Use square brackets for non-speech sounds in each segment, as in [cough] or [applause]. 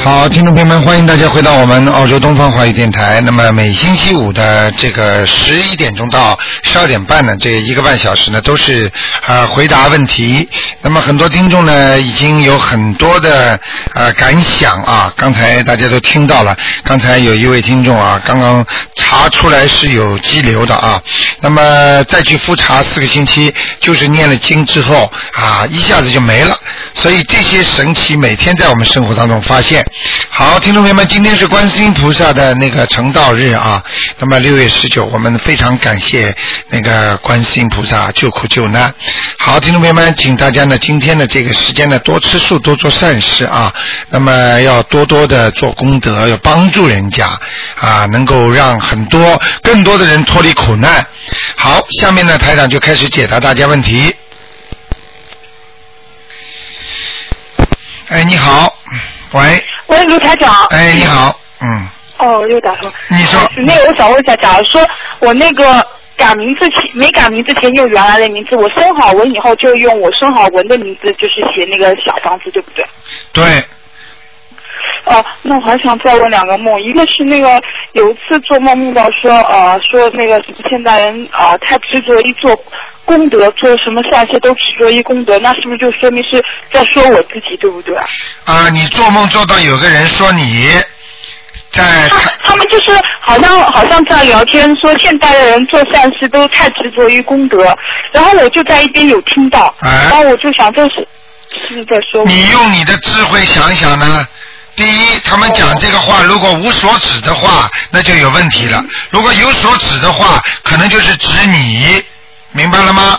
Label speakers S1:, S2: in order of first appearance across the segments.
S1: 好，听众朋友们，欢迎大家回到我们澳洲东方华语电台。那么每星期五的这个十一点钟到十二点半呢，这一个半小时呢，都是啊、呃回答问题。那么很多听众呢，已经有很多的呃感想啊。刚才大家都听到了，刚才有一位听众啊，刚刚查出来是有肌瘤的啊。那么再去复查四个星期，就是念了经之后啊，一下子就没了。所以这些神奇每天在我们生活当中发现。好，听众朋友们，今天是观世音菩萨的那个成道日啊。那么六月十九，我们非常感谢那个观世音菩萨救苦救难。好，听众朋友们，请大家呢今天的这个时间呢多吃素，多做善事啊。那么要多多的做功德，要帮助人家啊，能够让很多更多的人脱离苦难。好，下面呢台长就开始解答大家问题。哎，你好，喂，
S2: 喂，卢台长。
S1: 哎，你。好，嗯，
S2: 哦，又打通。哦
S1: 你说
S2: 那个，我想问一下，假如说我那个改名之前没改名之前用原来的名字，我孙好文以后就用我孙好文的名字，就是写那个小房子，对不对？
S1: 对，
S2: 哦，那我还想再问两个梦，一个是那个有一次做梦梦到说，呃，说那个现代人啊、呃太执着于做功德，做什么善事都执着于功德，那是不是就说明是在说我自己，对不对啊？
S1: 啊，你做梦做到有个人说你
S2: [laughs]
S1: 在
S2: 他啊他们就是好像好像在聊天，说现代的人做善事都太执着于功德，然后我就在一边有听到，
S1: 哎
S2: 然后我就想这是是不是在说我？
S1: 你用你的智慧想一想呢？第一，他们讲这个话如果无所指的话，那就有问题了；如果有所指的话，可能就是指你，明白了吗？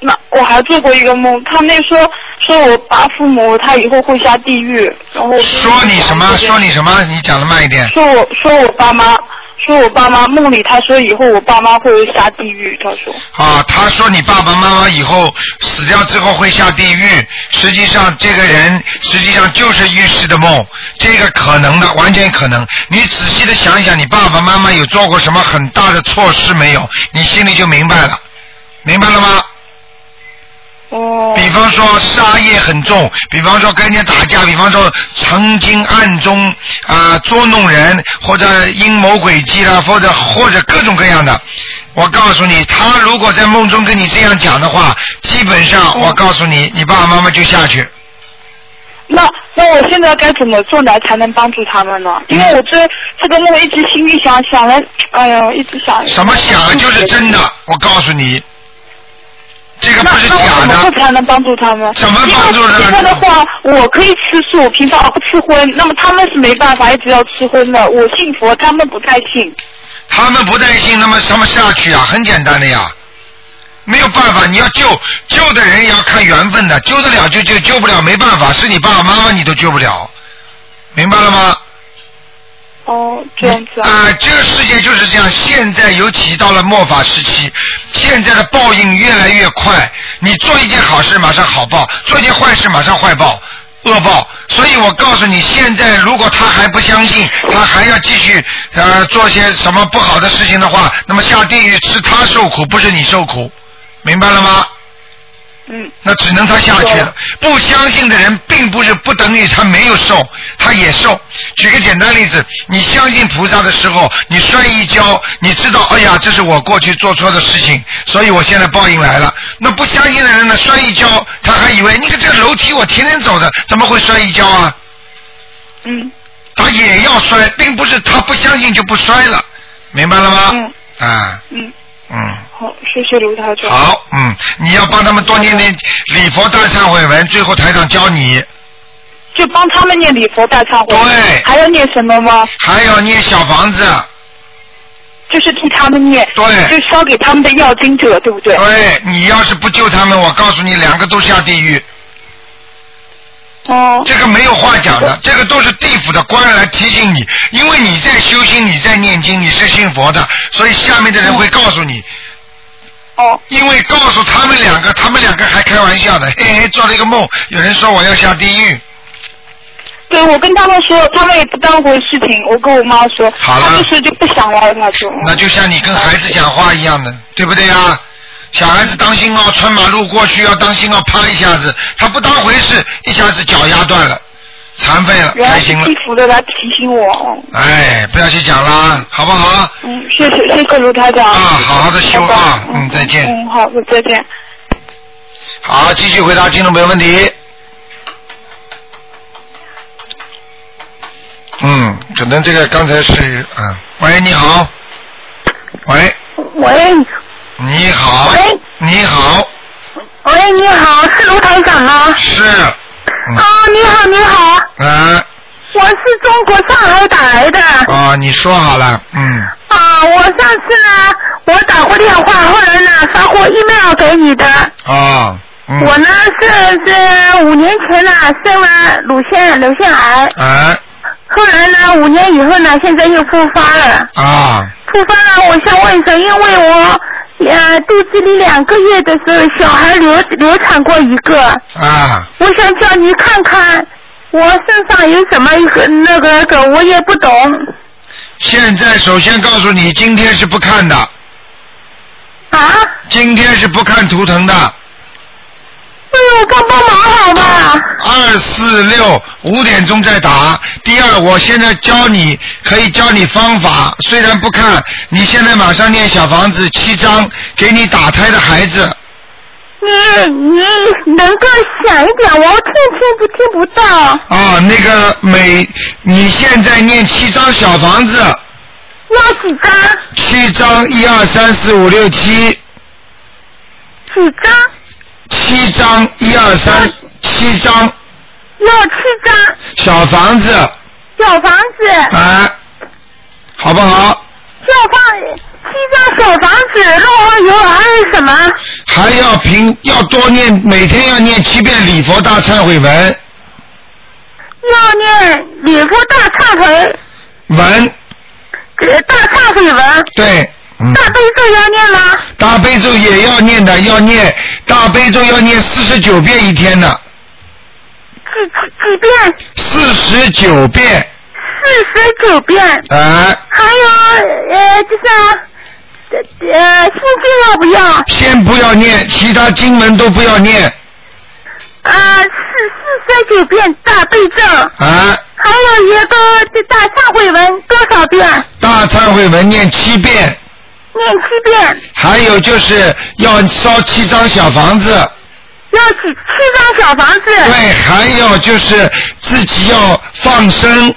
S2: 那我还做过一个梦，他那说说我爸父母他以后会下地狱，然后我就
S1: 说你什么？说你什么？你讲的慢一点。
S2: 说我说我爸妈，说我爸妈梦里他说以后我爸妈会下地狱，他说
S1: 啊，他说你爸爸妈妈以后死掉之后会下地狱，实际上这个人实际上就是预示的梦，这个可能的，完全可能。你仔细的想一想，你爸爸妈妈有做过什么很大的错事没有？你心里就明白了，明白了吗？
S2: 哦，
S1: 比方说杀业很重，比方说跟人家打架，比方说曾经暗中啊、捉弄人，或者阴谋诡计啦，或者或者各种各样的。我告诉你，他如果在梦中跟你这样讲的话，基本上
S2: 嗯
S1: 我告诉你，你爸爸妈妈就下去。
S2: 那那我现在该怎么做来才能帮助他们呢？因为我
S1: 嗯
S2: 这这个梦一直心里想想来，哎呀，一直想
S1: 什么想就是真的，我告诉你，这个
S2: 那
S1: 不是
S2: 那我
S1: 假
S2: 怎么做
S1: 的。
S2: 才能帮助他们？
S1: 怎么帮助他们
S2: 因为现在的话，我可以吃素，平常不吃荤。那么他们是没办法，一直要吃荤的。我信佛，他们不太信。
S1: 他们不带信，那么什么下去啊？很简单的呀，没有办法，你要救救的人也要看缘分的，救得了就救，救不了没办法，是你爸爸妈妈你都救不了，明白了吗？
S2: 哦，这样子
S1: 啊、
S2: 啊。
S1: 这个世界就是这样。现在尤其到了末法时期，现在的报应越来越快。你做一件好事马上好报，做一件坏事马上坏报、恶报。所以我告诉你，现在如果他还不相信，他还要继续呃做些什么不好的事情的话，那么下地狱是他受苦，不是你受苦，明白了吗？
S2: 嗯，
S1: 那只能他下去了
S2: 对。
S1: 不相信的人，并不是不等于他没有受，他也受。举个简单例子，你相信菩萨的时候，你摔一跤，你知道，哎呀，这是我过去做错的事情，所以我现在报应来了。那不相信的人呢，摔一跤，他还以为你看这楼梯我天天走的，怎么会摔一跤啊？
S2: 嗯，
S1: 他也要摔，并不是他不相信就不摔了，明白了吗？啊，
S2: 嗯，
S1: 嗯。
S2: 好，谢谢卢台长。
S1: 好，嗯，你要帮他们多念念礼佛大忏悔文，最后台长教你，
S2: 就帮他们念礼佛大忏悔。
S1: 对
S2: 还要念什么吗？
S1: 还要念小房子，啊
S2: 就是替他们念。
S1: 对
S2: 就烧给他们的要经者，对不对？
S1: 对哎你要是不救他们，我告诉你，两个都下地狱，
S2: 哦。
S1: 这个没有话讲的，这个都是地府的官来提醒你，因为你在修心，你在念经，你是信佛的，所以下面的人会告诉你，
S2: 哦
S1: 因为告诉他们两个，他们两个还开玩笑的，嘿嘿，做了一个梦，有人说我要下地狱，
S2: 对，我跟他们说，他们也不当回事情。我跟我妈说，
S1: 好了
S2: 她就是就不想玩那种。
S1: 那就像你跟孩子讲话一样的，对不对啊？小孩子当心哦，穿马路过去要当心哦，啪一下子，他不当回事，一下子脚压断了，残废了，
S2: 原
S1: 开
S2: 来是
S1: 心了
S2: 地，府的来提醒我。哦
S1: 哎，不要去讲啦，好不好？
S2: 嗯，谢谢谢谢卢台长。
S1: 啊好好地修啊
S2: 拜拜
S1: 嗯再见
S2: 嗯，好，我再见。
S1: 好，继续回答听众朋友问题。嗯，可能这个刚才是啊，喂，你好，喂，
S3: 喂，
S1: 你好
S3: 喂，
S1: 你好，
S3: 喂，你好，是卢台长吗？
S1: 是，嗯
S3: 啊，你好，你好，
S1: 啊
S3: 我是中国上海打来的。
S1: 啊，你说好了，嗯，
S3: 啊，我上次呢，我打过电话，后来呢发过 email 给你的。
S1: 啊，嗯，
S3: 我呢是是五年前呢生了乳腺乳腺癌，
S1: 哎
S3: 后来呢五年以后呢，现在又复发了。
S1: 啊，
S3: 复发了，我想问一下，因为我呃肚子里两个月的时候，小孩流流产过一个。
S1: 啊，
S3: 我想叫你看看我身上有什么一个那个个，我也不懂。
S1: 现在首先告诉你，今天是不看的，
S3: 啊？
S1: 今天是不看图腾的，
S3: 哎呦，帮帮忙好吧？
S1: 二四六五点钟再打。第二，我现在教你，可以教你方法，虽然不看，你现在马上念小房子七章，给你打胎的孩子。
S3: 你你能够响一点，我听听不听不到。
S1: 啊，那个每你现在念七张小房子，
S3: 要几张？
S1: 七张一二三四五六七，
S3: 几张？
S1: 七张一二三七张
S3: 要七张。
S1: 小房子，
S3: 小房子，
S1: 啊，好不好？
S3: 小房七张小房子，那我有还有什么？
S1: 还要平要多念，每天要念七遍礼佛大忏悔文
S3: 要念礼佛大忏悔，
S1: 文，
S3: 呃大忏悔文，
S1: 对，嗯，
S3: 大悲咒要念吗？
S1: 大悲咒也要念的，要念大悲咒要念四十九遍一天的，
S3: 几几几遍？
S1: 四十九遍，
S3: 四十九遍，
S1: 哎、
S3: 还有呃，就是呃心经要不要？
S1: 先不要念，其他经文都不要念，
S3: 呃，四四十九遍大悲咒，
S1: 哎、
S3: 还有一个这大忏悔文多少遍？
S1: 大忏悔文念七遍，
S3: 念七遍，
S1: 还有就是要烧七张小房子，
S3: 要几七张小房子，
S1: 对，还有就是自己要放生，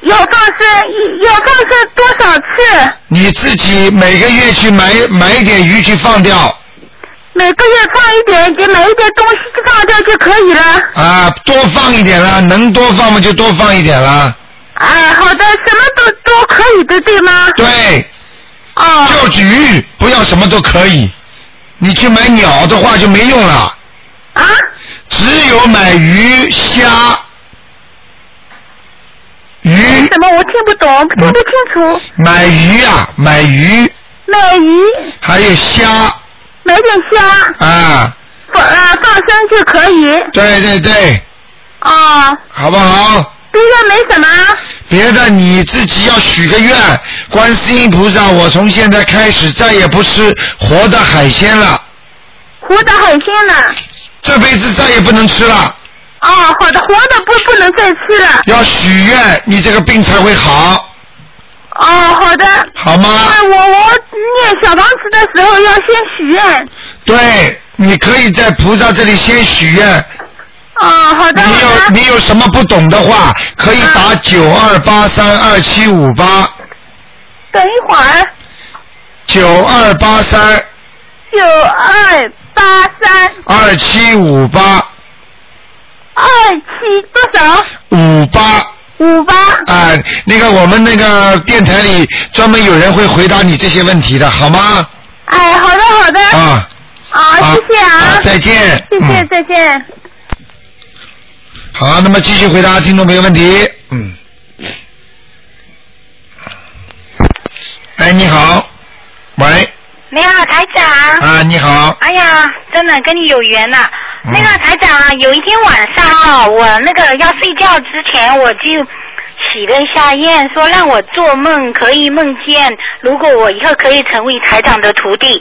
S3: 要放生，要放生多少次？
S1: 你自己每个月去买买一点鱼去放掉
S3: 每个月放一点，就买一点东西放掉就可以了。
S1: 啊，多放一点啦，能多放嘛就多放一点啦。
S3: 哎，好的，什么都都可以的，对吗？
S1: 对，
S3: 哦。
S1: 就只鱼，不要什么都可以。你去买鸟的话就没用了，
S3: 啊，
S1: 只有买鱼、虾、鱼
S3: 什么我听不懂，听不清楚。
S1: 买鱼啊，买鱼，
S3: 买鱼，
S1: 还有虾
S3: 买点虾，
S1: 啊，
S3: 放啊放生就可以。
S1: 对对对，
S3: 哦，
S1: 好不好？
S3: 别的没什么。
S1: 别的你自己要许个愿，观世音菩萨，我从现在开始再也不吃活的海鲜了，
S3: 活的海鲜呢？
S1: 这辈子再也不能吃了。
S3: 哦，好的，活的不不能再吃了。
S1: 要许愿，你这个病才会好，
S3: 哦，好的。
S1: 好吗？
S3: 那我我念小房子的时候要先许愿。
S1: 对，你可以在菩萨这里先许愿。
S3: 哦，好的，
S1: 你有
S3: 好的。
S1: 你有什么不懂的话，可以打九二八三二七五八
S3: 等一会儿，
S1: 九二八三
S3: 九二八三
S1: 二七五八
S3: 二七多少？
S1: 五八。
S3: 五八。
S1: 啊、那个我们那个电台里专门有人会回答你这些问题的，好吗？
S3: 哎，好的，好的。
S1: 啊，
S3: 啊，谢谢啊，
S1: 再见，
S3: 谢谢，
S1: 嗯
S3: 再见。
S1: 好，那么继续回答听众朋友问题。嗯。哎，你好，喂，
S3: 你好，台长。
S1: 啊，你好，
S3: 哎呀，真的跟你有缘呐、
S1: 嗯
S3: 那个台长啊，有一天晚上啊，我那个要睡觉之前，我就许了一下愿，说让我做梦可以梦见，如果我以后可以成为台长的徒弟。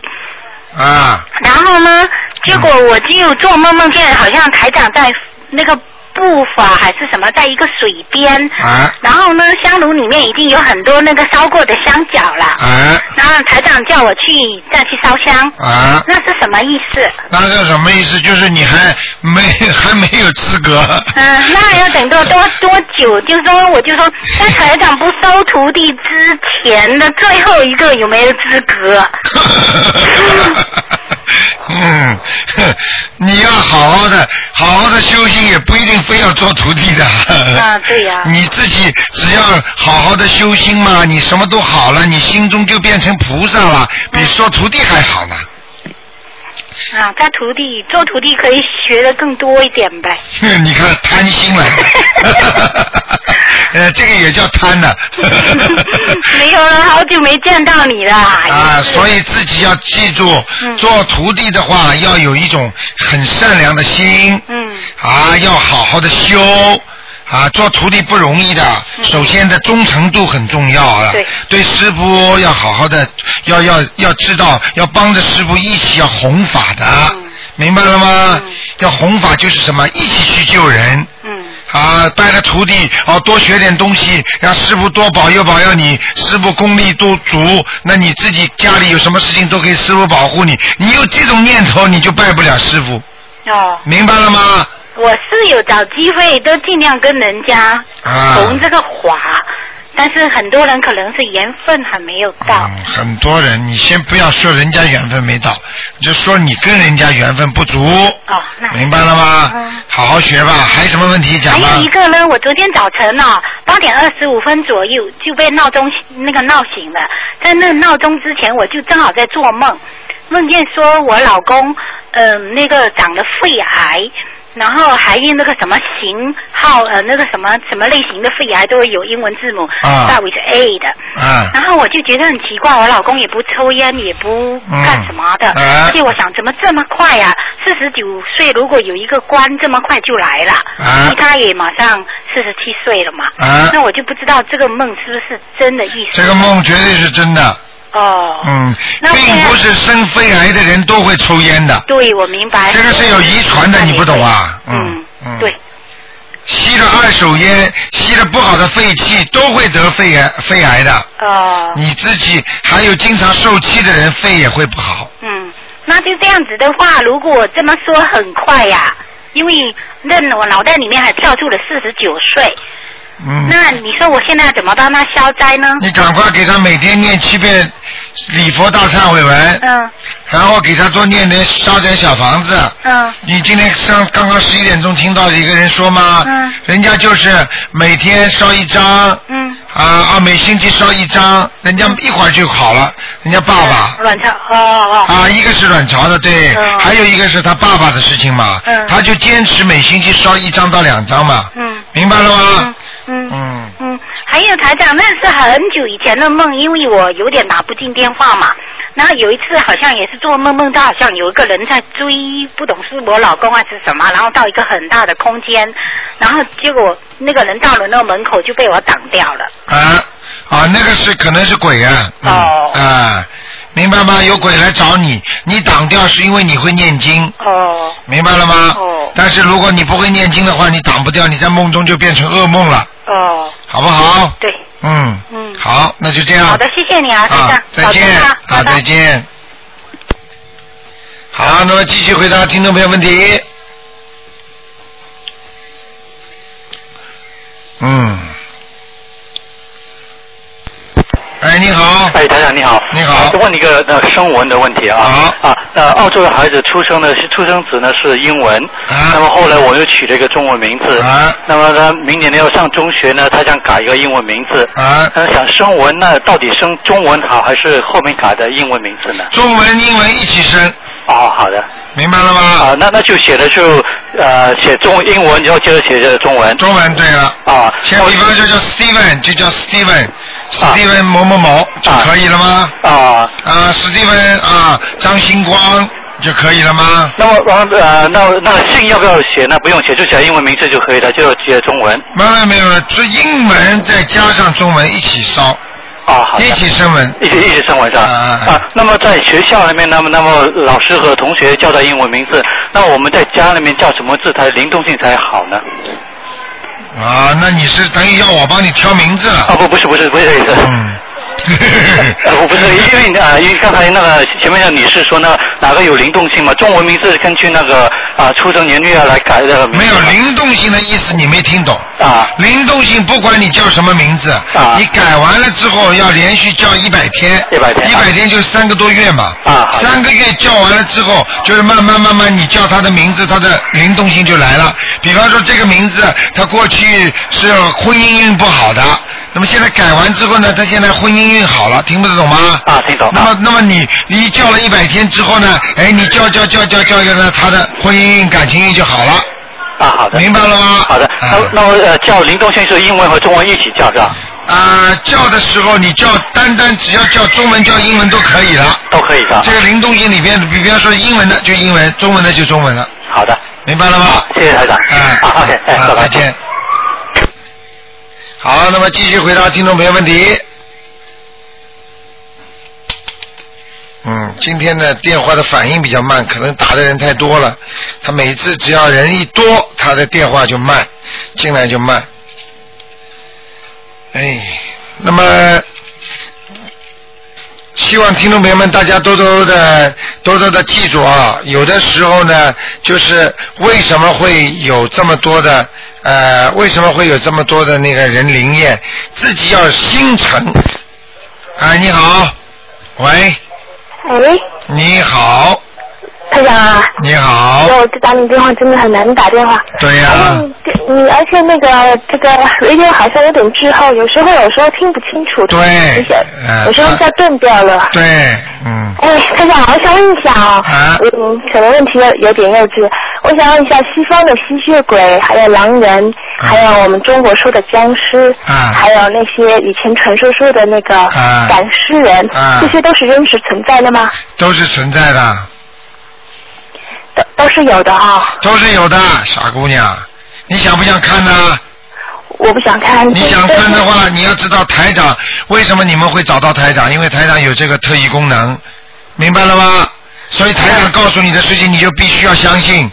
S1: 啊，
S3: 然后呢，结果我就做梦梦见，好像台长在那个步伐还是什么，在一个水边。
S1: 啊，
S3: 然后呢，香炉里面已经有很多那个烧过的香脚了。
S1: 啊，
S3: 然后台长叫我去再去烧香，
S1: 啊，
S3: 那是什么意思？
S1: 那是什么意思？就是你还没 [laughs] 还没有资格。
S3: 嗯，那要等到多多久？就是说，我就说，在台长不收徒弟之前的最后一个有没有资
S1: [laughs]
S3: 格？啊
S1: 嗯，你要好好的，好好的修行，也不一定非要做徒弟的。
S3: 啊，对呀、
S1: [laughs] 你自己只要好好的修心嘛，你什么都好了，你心中就变成菩萨了，
S3: 嗯
S1: 比说徒弟还好呢。 [laughs]
S3: 啊，在徒弟做徒弟可以学的更多
S1: [laughs]
S3: 一点呗。
S1: 哼你看贪心了， [laughs] 呃，这个也叫贪
S3: [laughs]
S1: 呢。
S3: 没有了，好久没见到你了。
S1: 啊，所
S3: 以
S1: 以自己要记住，
S3: 哎嗯
S1: 做徒弟的话要有一种很善良的心，
S3: 嗯
S1: 啊，要好好的修。啊，做徒弟不容易的，首先的忠诚度很重要啊。
S3: 嗯对
S1: 师傅要好好的，要要要知道，要帮着师傅一起要弘法的，明白了吗？
S3: 嗯
S1: 要弘法就是什么，一起去救人。
S3: 嗯
S1: 啊，拜了徒弟哦，多学点东西，让师傅多保佑保佑你，师傅功力都足，那你自己家里有什么事情都可以师傅保护你，你有这种念头你就拜不了师傅，
S3: 哦，
S1: 明白了吗？
S3: 我是有找机会都尽量跟人家
S1: 啊，
S3: 弘这个法，但是很多人可能是缘分还没有到。
S1: 嗯，很多人，你先不要说人家缘分没到，你就说你跟人家缘分不足，
S3: 哦，那
S1: 明白了吗？
S3: 嗯
S1: 好好学吧，还有什么问题讲
S3: 还
S1: 吧。
S3: 有一个呢，我昨天早晨呢、八点二十五分左右就被闹钟那个闹醒了。在那闹钟之前，我就正好在做梦，梦见说我老公，嗯、那个长了肺癌，然后还有那个什么型号，呃，那个什么什么类型的肺癌都会有英文字母，
S1: 啊
S3: 大为是 A 的。
S1: 啊
S3: 然后我就觉得很奇怪，我老公也不抽烟，也不干什么的，
S1: 嗯哎
S3: 而且我想怎么这么快呀、四十九岁如果有一个官这么快就来了，
S1: 哎
S3: 因为他也马上四十七岁了嘛，
S1: 啊，
S3: 那我就不知道这个梦是不是真的意思。
S1: 这个梦绝对是真的。
S3: 哦，
S1: 嗯，
S3: 那
S1: 并
S3: 现在
S1: 不是生肺癌的人都会抽烟的，
S3: 对，我明白。
S1: 这个是有遗传的，你不懂啊？
S3: 嗯
S1: 嗯，嗯，
S3: 对，，
S1: 吸了二手烟，吸了不好的废气，都会得肺癌肺癌的。
S3: 哦，
S1: 你自己还有经常受气的人，肺也会不好。
S3: 嗯，那就这样子的话，如果我这么说很快呀、因为那我脑袋里面还跳出了四十九岁，
S1: 嗯，
S3: 那你说我现在怎么帮他消灾呢？
S1: 你赶快给他每天念七遍礼佛大忏悔文，
S3: 嗯
S1: 然后给他多念点烧点小房子。
S3: 嗯。
S1: 你今天上刚刚十一点钟听到一个人说吗？
S3: 嗯
S1: 人家就是每天烧一张，
S3: 嗯，
S1: 啊啊，每星期烧一张，人家一会儿就好了，人家爸爸。
S3: 卵巢，哦哦，哦
S1: 啊，一个是卵巢的，对，
S3: 嗯
S1: 还有一个是他爸爸的事情嘛，
S3: 嗯
S1: 他就坚持每星期烧一张到两张嘛，
S3: 嗯
S1: 明白了吗
S3: 嗯？嗯
S1: 嗯，
S3: 嗯，还有台长，那是很久以前的梦，因为我有点打不进电话嘛。然后有一次好像也是做梦，梦到好像有一个人在追，不懂是我老公还啊是什么，然后到一个很大的空间，然后结果那个人到了那个门口就被我挡掉了。
S1: 啊啊，那个是可能是鬼啊，嗯、
S3: 哦
S1: 啊，明白吗？有鬼来找你，你挡掉是因为你会念经，
S3: 哦
S1: 明白了吗？
S3: 哦
S1: 但是如果你不会念经的话，你挡不掉，你在梦中就变成噩梦了，
S3: 哦，
S1: 好不好？
S3: 对，
S1: 嗯，
S3: 嗯，
S1: 好，那就这样。
S3: 好的，谢谢你啊，台长，
S1: 啊，再
S3: 保重
S1: 见
S3: 啊，
S1: 啊，
S3: 拜拜
S1: 再见。好，那么继续回答听众朋友问题。嗯。哎，你 [laughs] 好，
S4: 哎，台长你好。
S1: 你好
S4: 我问你一个呃声纹的问题啊。
S1: 好
S4: 啊，呃，澳洲的孩子出生呢是出生子呢是英文，
S1: 啊
S4: 那么后来我又取了一个中文名字。
S1: 啊
S4: 那么他明年呢要上中学呢，他想改一个英文名字。
S1: 啊，
S4: 嗯，想升文那到底升中文好还是后面改的英文名字呢？
S1: 中文、英文一起生，
S4: 哦，好的。
S1: 明白了吗？
S4: 啊，那那就写的就呃写中英文，然后接着写着中文。
S1: 中文对了。
S4: 啊，
S1: 先
S4: 我
S1: 比方说叫 Steven，就叫 Steven，史蒂文某某某就可以了吗？
S4: 啊，
S1: 啊，史蒂文啊，张星光就可以了吗？
S4: 那么呃，那那姓要不要写呢？不用写，就写英文名字就可以了，就写中文。
S1: 没有没有没有，这英文再加上中文一起烧，
S4: 啊，好的。
S1: 一起升
S4: [laughs]
S1: 文。
S4: 一直一直生活上
S1: 啊啊
S4: 啊。那么在学校里面，那么那么老师和同学叫的英文名字，那我们在家里面叫什么字才灵动性才好呢？
S1: 啊，那你是等于要我帮你挑名字
S4: 啊
S1: 了？
S4: 不不是不是不是这个意思。
S1: 嗯，
S4: 呃， [laughs] 我不是，因为啊、因为刚才那个前面的女士说那哪个有灵动性嘛？中文名字根据那个啊、出生年月啊来改的名字
S1: [laughs]
S4: 嘛。
S1: 没有灵动性的意思，你没听懂。
S4: 啊
S1: 灵动性不管你叫什么名字，
S4: 啊
S1: 你改完了之后要连续叫一百天，
S4: 100天
S1: 一百天就是三个多月嘛。
S4: 啊好的
S1: 三个月叫完了之后，就是慢慢慢慢你叫他的名字，他的灵动性就来了。比方说这个名字，他过去是婚姻运不好的，那么现在改完之后呢，他现在婚姻运好了，听不懂吗？
S4: 啊，听懂。
S1: 那么，那么你你叫了一百天之后呢？哎，你叫叫叫叫叫叫呢，他的婚姻运、感情运就好了，
S4: 啊，好的。
S1: 明白了吗？
S4: 好的，
S1: 啊
S4: 那那么呃，叫灵动性是英文和中文一起叫是吧？
S1: 啊，叫的时候你叫单单只要叫中文叫英文都可以了。
S4: 都可以的。
S1: 这个灵动性里边，比方说英文的就英文，中文的就中文了，
S4: 好的，
S1: 明白了吗？
S4: 谢谢台长。
S1: 嗯
S4: 好，OK，哎，
S1: 啊
S4: 拜拜
S1: 再见。好，那么继续回答听众朋友问题。嗯，今天呢电话的反应比较慢，可能打的人太多了。他每次只要人一多，他的电话就慢，进来就慢。哎，那么希望听众朋友们大家多多的、多多的记住啊，有的时候呢，就是为什么会有这么多的呃，为什么会有这么多的那个人灵验，自己要心诚。哎，你好，喂，
S5: 喂，
S1: 你好，
S5: 台长啊，
S1: 你好，
S5: 我这打你电话真的很难打电话。
S1: 对呀、
S5: 嗯，对你而且那个这个 radio 好像有点滞后，有时候有时候听不清楚，
S1: 对
S5: 有些
S1: 嗯
S5: 有时候一下断掉了。
S1: 对，嗯，
S5: 哎，台长，我想问一下啊，
S1: 啊
S5: 嗯，可能问题有有点幼稚，我想问一下，西方的吸血鬼，还有狼人，
S1: 啊
S5: 还有我们中国说的僵尸，
S1: 啊
S5: 还有那些以前传说说的那个
S1: 啊
S5: 赶尸人，
S1: 啊
S5: 这些都是真实存在的吗？
S1: 都是存在的，
S5: 都都是有的啊、
S1: 都是有的，傻姑娘，你想不想看呢？
S5: 我不想看。
S1: 你想看的话，你要知道台长为什么你们会找到台长，因为台长有这个特异功能，明白了吗？所以台长告诉你的事情，你就必须要相信，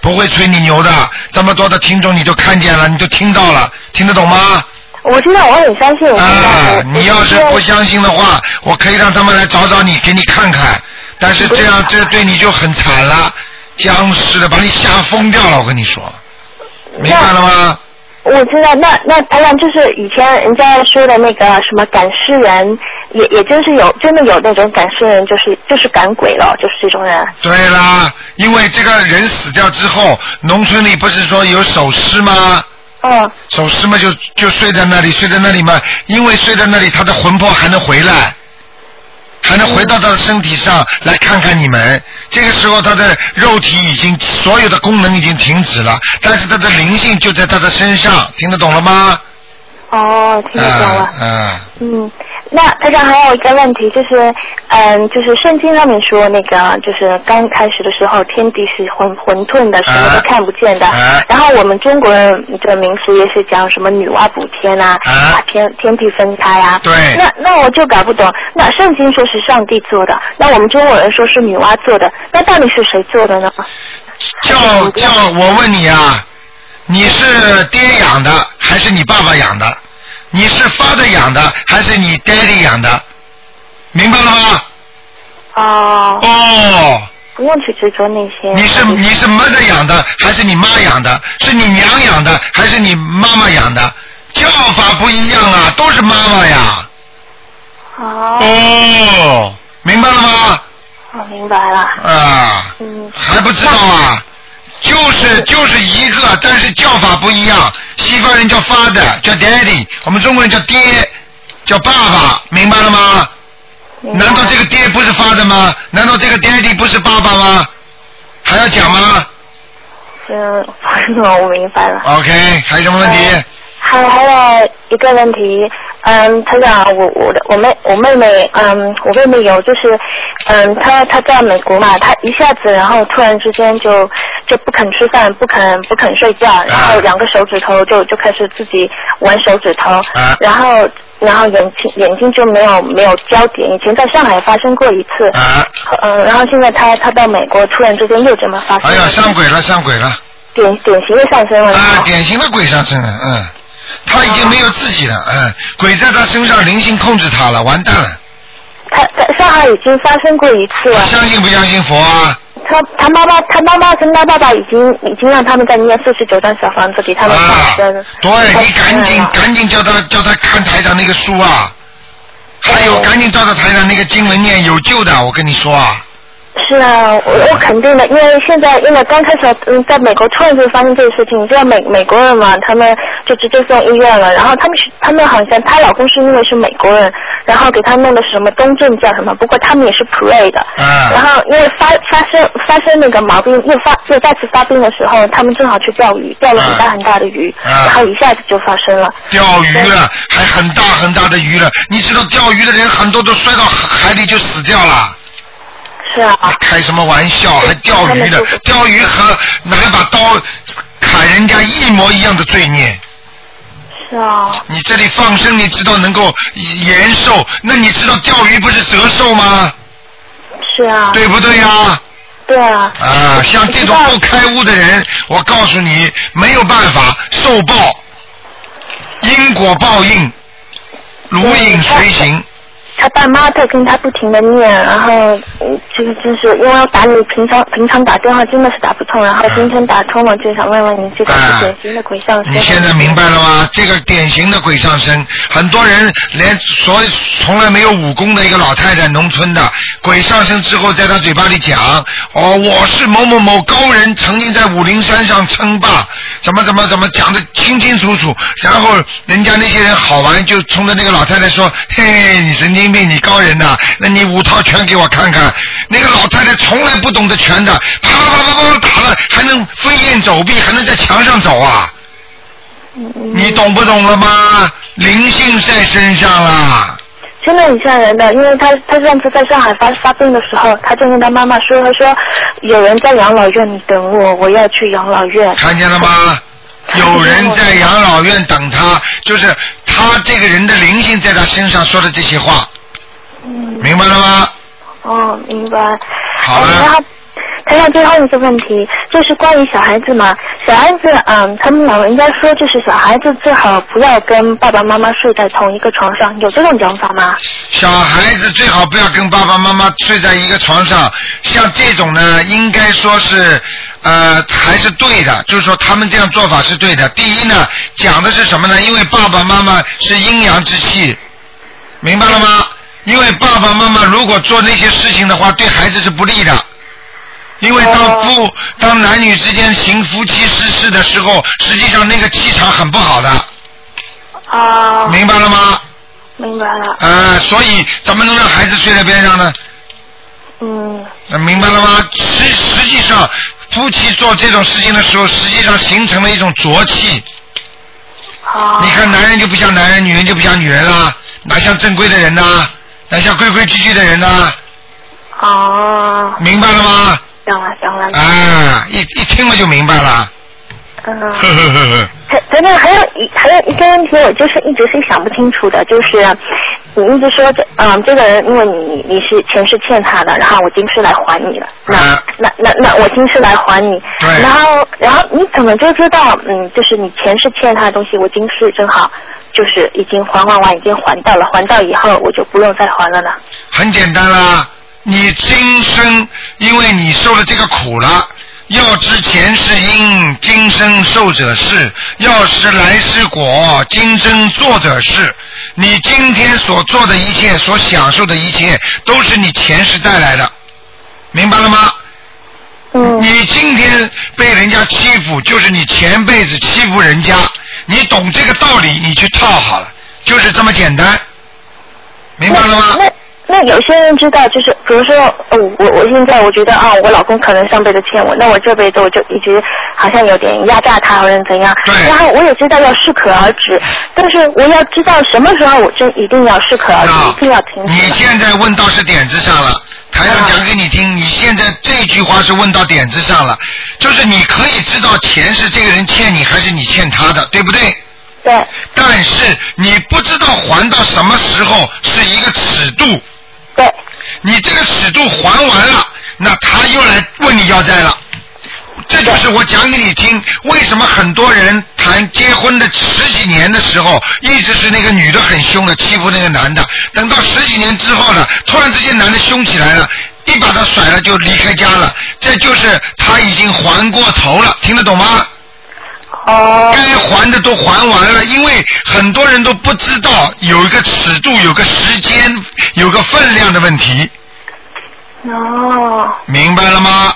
S1: 不会吹你牛的。这么多的听众，你都看见了，你都听到了，听得懂吗？
S5: 我知道，我很相信。我知道
S1: 啊
S5: 我，
S1: 你要是不相信的话，我可以让他们来找找你，给你看看。但是这样，这对你就很惨了，僵尸的把你吓疯掉了，我跟你说，明白了吗？
S5: 我知道，那那台长就是以前人家说的那个什么赶尸人，也也就是有真的有那种赶尸人，就是就是赶鬼了，就是这种人。
S1: 对啦，因为这个人死掉之后，农村里不是说有守尸吗？
S5: 嗯，
S1: 守尸嘛，就就睡在那里，睡在那里嘛，因为睡在那里，他的魂魄还能回来，还能回到他的身体上来看看你们。这个时候，他的肉体已经所有的功能已经停止了，但是他的灵性就在他的身上，听得懂了吗？
S5: 哦，听得懂了。
S1: 嗯嗯
S5: 嗯，那台长还有一个问题，就是，嗯，就是圣经上面说那个，就是刚开始的时候，天地是混混沌的，什么都看不见的。
S1: 啊
S5: 然后我们中国人的民俗也是讲什么女娲补天啊，
S1: 啊
S5: 把天天地分开啊。
S1: 对
S5: 那那我就搞不懂，那圣经说是上帝做的，那我们中国人说是女娲做的，那到底是谁做的呢？哎
S1: 叫叫，我问你啊，你是爹养的还是你爸爸养的？你是 father 养的还是你 daddy 养的？明白了吗？
S5: 哦，
S1: 哦，
S5: 不用去执着那些。
S1: 你是你是 mother 养的还是你妈养的？是你娘养的还是你妈妈养的？叫法不一样啊，都是妈妈呀。
S5: 哦，
S1: 哦，明白了吗？
S5: 我哦明白了。
S1: 啊，
S5: 嗯
S1: 还不知道啊？就是就是一个，但是叫法不一样。西方人叫 father，叫 daddy，我们中国人叫爹，叫爸爸，明白了吗？
S5: 明白
S1: 难道这个爹不是 father 吗？难道这个 daddy 不是爸爸吗？还要讲吗
S5: 嗯，我明白了。啊
S1: ？OK，还有什么问题？
S5: 嗯还还有一个问题，嗯，台长，我我的我妹我妹妹，嗯，我妹妹有就是，嗯，她她在美国嘛，她一下子然后突然之间就就不肯吃饭，不肯不肯睡觉，然后两个手指头就就开始自己玩手指头，
S1: 啊
S5: 然后然后眼睛眼睛就没有没有焦点，以前在上海发生过一次，
S1: 啊！
S5: 嗯，然后现在她她到美国突然之间又这么发生
S1: 哎
S5: 了，
S1: 呀，上鬼了，上鬼了
S5: 典典型的上升了，
S1: 啊！典型的鬼上身了，嗯，他已经没有自己了，嗯，鬼在他身上灵性控制他了，完蛋了。
S5: 她在上海已经发生过一次了。
S1: 相信不相信佛啊？
S5: 他他妈妈他妈妈跟他爸爸已经已经让他们在念四十九张小房子给他们放
S1: 啊
S5: 生，，啊
S1: 对你赶紧
S5: 放生了
S1: 赶紧叫他叫他看台上那个书啊，还有赶紧照着台上那个经文念，有救的，我跟你说啊，
S5: 是啊，我我肯定的，因为现在因为刚开始嗯在美国突然就发生这个事情，你知道美美国人嘛，他们就直接送医院了，然后他们是他们好像她老公是因为是美国人，然后给她弄的是什么东正教什么，不过他们也是 pray 的，然 [laughs]
S1: 啊，
S5: 后因为发发生发生那个毛病，又发又再次发病的时候，他们正好去钓鱼，钓了很大很大的鱼，
S1: 嗯
S5: 然后一下子就发生了。
S1: 钓鱼了，还很大很大的鱼了，你知道钓鱼的人很多都摔到海里就死掉了。
S5: 是啊，
S1: 开什么玩笑？还钓鱼
S5: 他
S1: 的
S5: 们就是，
S1: 钓鱼和拿一把刀砍人家一模一样的罪孽。
S5: 是啊，
S1: 你这里放生，你知道能够延寿，那你知道钓鱼不是折寿吗？
S5: 是啊，
S1: 对不对呀、
S5: 对啊，
S1: 啊，像这种不开悟的人，我告诉你，没有办法受报，因果报应，如影随形。
S5: 他爸妈在跟他不停的念，然后嗯就是就是因为我打你平常平常打电话真的是打不通，然后今天打通了，就想问问你这个
S1: 啊
S5: 是典型的鬼上身。
S1: 你现在明白了吗？这个典型的鬼上身，很多人连所从来没有武功的一个老太太，农村的鬼上身之后，在她嘴巴里讲，哦，我是某某某高人，曾经在武陵山上称霸，怎么怎么怎么讲的清清楚楚，然后人家那些人好玩，就冲着那个老太太说，嘿嘿，你神经病，你高人呐、那你五套拳给我看看。那个老太太从来不懂得拳的，啪啪啪啪啪打了，还能飞燕走壁，还能在墙上走啊。你懂不懂了吗？灵性在身上啊啦，
S5: 真的很吓人的，因为他他上次在上海发发病的时候，他就跟他妈妈说，他说有人在养老院，你等我，我要去养老院。
S1: 看见了吗？有人在养老院等他，就是他这个人的灵性在他身上说的这些话，
S5: 嗯，
S1: 明白了吗？
S5: 哦，明白。
S1: 好了
S5: 嗯然后，台上最后一个问题就是关于小孩子嘛，小孩子，嗯，他们老人家说就是小孩子最好不要跟爸爸妈妈睡在同一个床上，有这种讲法吗？
S1: 小孩子最好不要跟爸爸妈妈睡在一个床上，像这种呢，应该说是，呃，还是对的，就是说他们这样做法是对的。第一呢，讲的是什么呢？因为爸爸妈妈是阴阳之气，明白了吗？因为爸爸妈妈如果做那些事情的话，对孩子是不利的。因为当夫、当男女之间行夫妻之事的时候，实际上那个气场很不好的，
S5: 啊，
S1: 明白了吗？
S5: 明白了，
S1: 呃，所以怎么能让孩子睡在边上呢？
S5: 嗯，
S1: 那呃明白了吗？实实际上，夫妻做这种事情的时候，实际上形成了一种浊气。
S5: 好。
S1: 你看，男人就不像男人，女人就不像女人啦，哪像正规的人呐？哪像规规矩矩的人呐？
S5: 哦，
S1: 明白了吗？
S5: 行了行了，
S1: 啊，一一听嘛就明白了。
S5: 嗯。
S1: 呵呵呵呵。
S5: 还等等，还有一还有一个问题，我就是一直是想不清楚的，就是你一直说这嗯，这个人因为你你是前世欠他的，然后我今世来还你了，那、
S1: 啊
S5: 那那那我今世来还你，
S1: 对
S5: 然后然后你怎么就知道嗯，就是你前世欠他的东西，我今世正好就是已经还完完，已经还到了，还到以后我就不用再还了呢？
S1: 很简单啦，你今生因为你受了这个苦了，要知前世因，今生受者是；要知来世果，今生做者是。你今天所做的一切，所享受的一切，都是你前世带来的，明白了吗？
S5: 嗯，
S1: 你今天被人家欺负，就是你前辈子欺负人家，你懂这个道理，你去套好了，就是这么简单，明白了吗？
S5: 那那为有些人知道，就是比如说，哦，我我现在我觉得啊，我老公可能上辈子欠我，那我这辈子我就一直好像有点压榨他或者怎样。
S1: 对
S5: 然后我也知道要适可而止，但是我要知道什么时候我真一定要适可而止，一定要停
S1: 啊你
S5: 止。
S1: 现在问到是点子上了，台上讲给你
S5: 啊
S1: 听，你现在这句话是问到点子上了，就是你可以知道钱是这个人欠你还是你欠他的，对不对？
S5: 对，
S1: 但是你不知道还到什么时候是一个尺度，
S5: 对，
S1: 你这个尺度还完了，那他又来问你要债了。这就是我讲给你听，为什么很多人谈结婚的十几年的时候，一直是那个女的很凶的欺负那个男的，等到十几年之后呢，突然之间男的凶起来了，一把他甩了就离开家了，这就是他已经还过头了，听得懂吗？
S5: 哦，
S1: 该还的都还完了，因为很多人都不知道有一个尺度、有个时间、有个分量的问题，
S5: 哦，
S1: 明白了吗？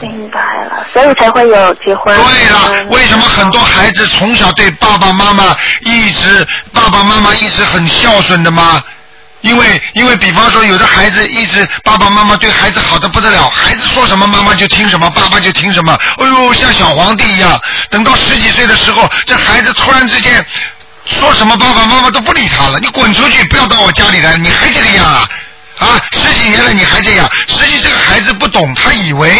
S5: 明白了，所以才会有结婚。
S1: 对了，
S5: 嗯
S1: 为什么很多孩子从小对爸爸妈妈一直爸爸妈妈一直很孝顺的吗？因为因为比方说有的孩子一直爸爸妈妈对孩子好的不得了，孩子说什么妈妈就听什么，爸爸就听什么，哎呦像小皇帝一样。等到十几岁的时候，这孩子突然之间说什么爸爸妈妈都不理他了，你滚出去，不要到我家里来，你还这个样啊？啊，十几年了你还这样，实际这个孩子不懂，他以为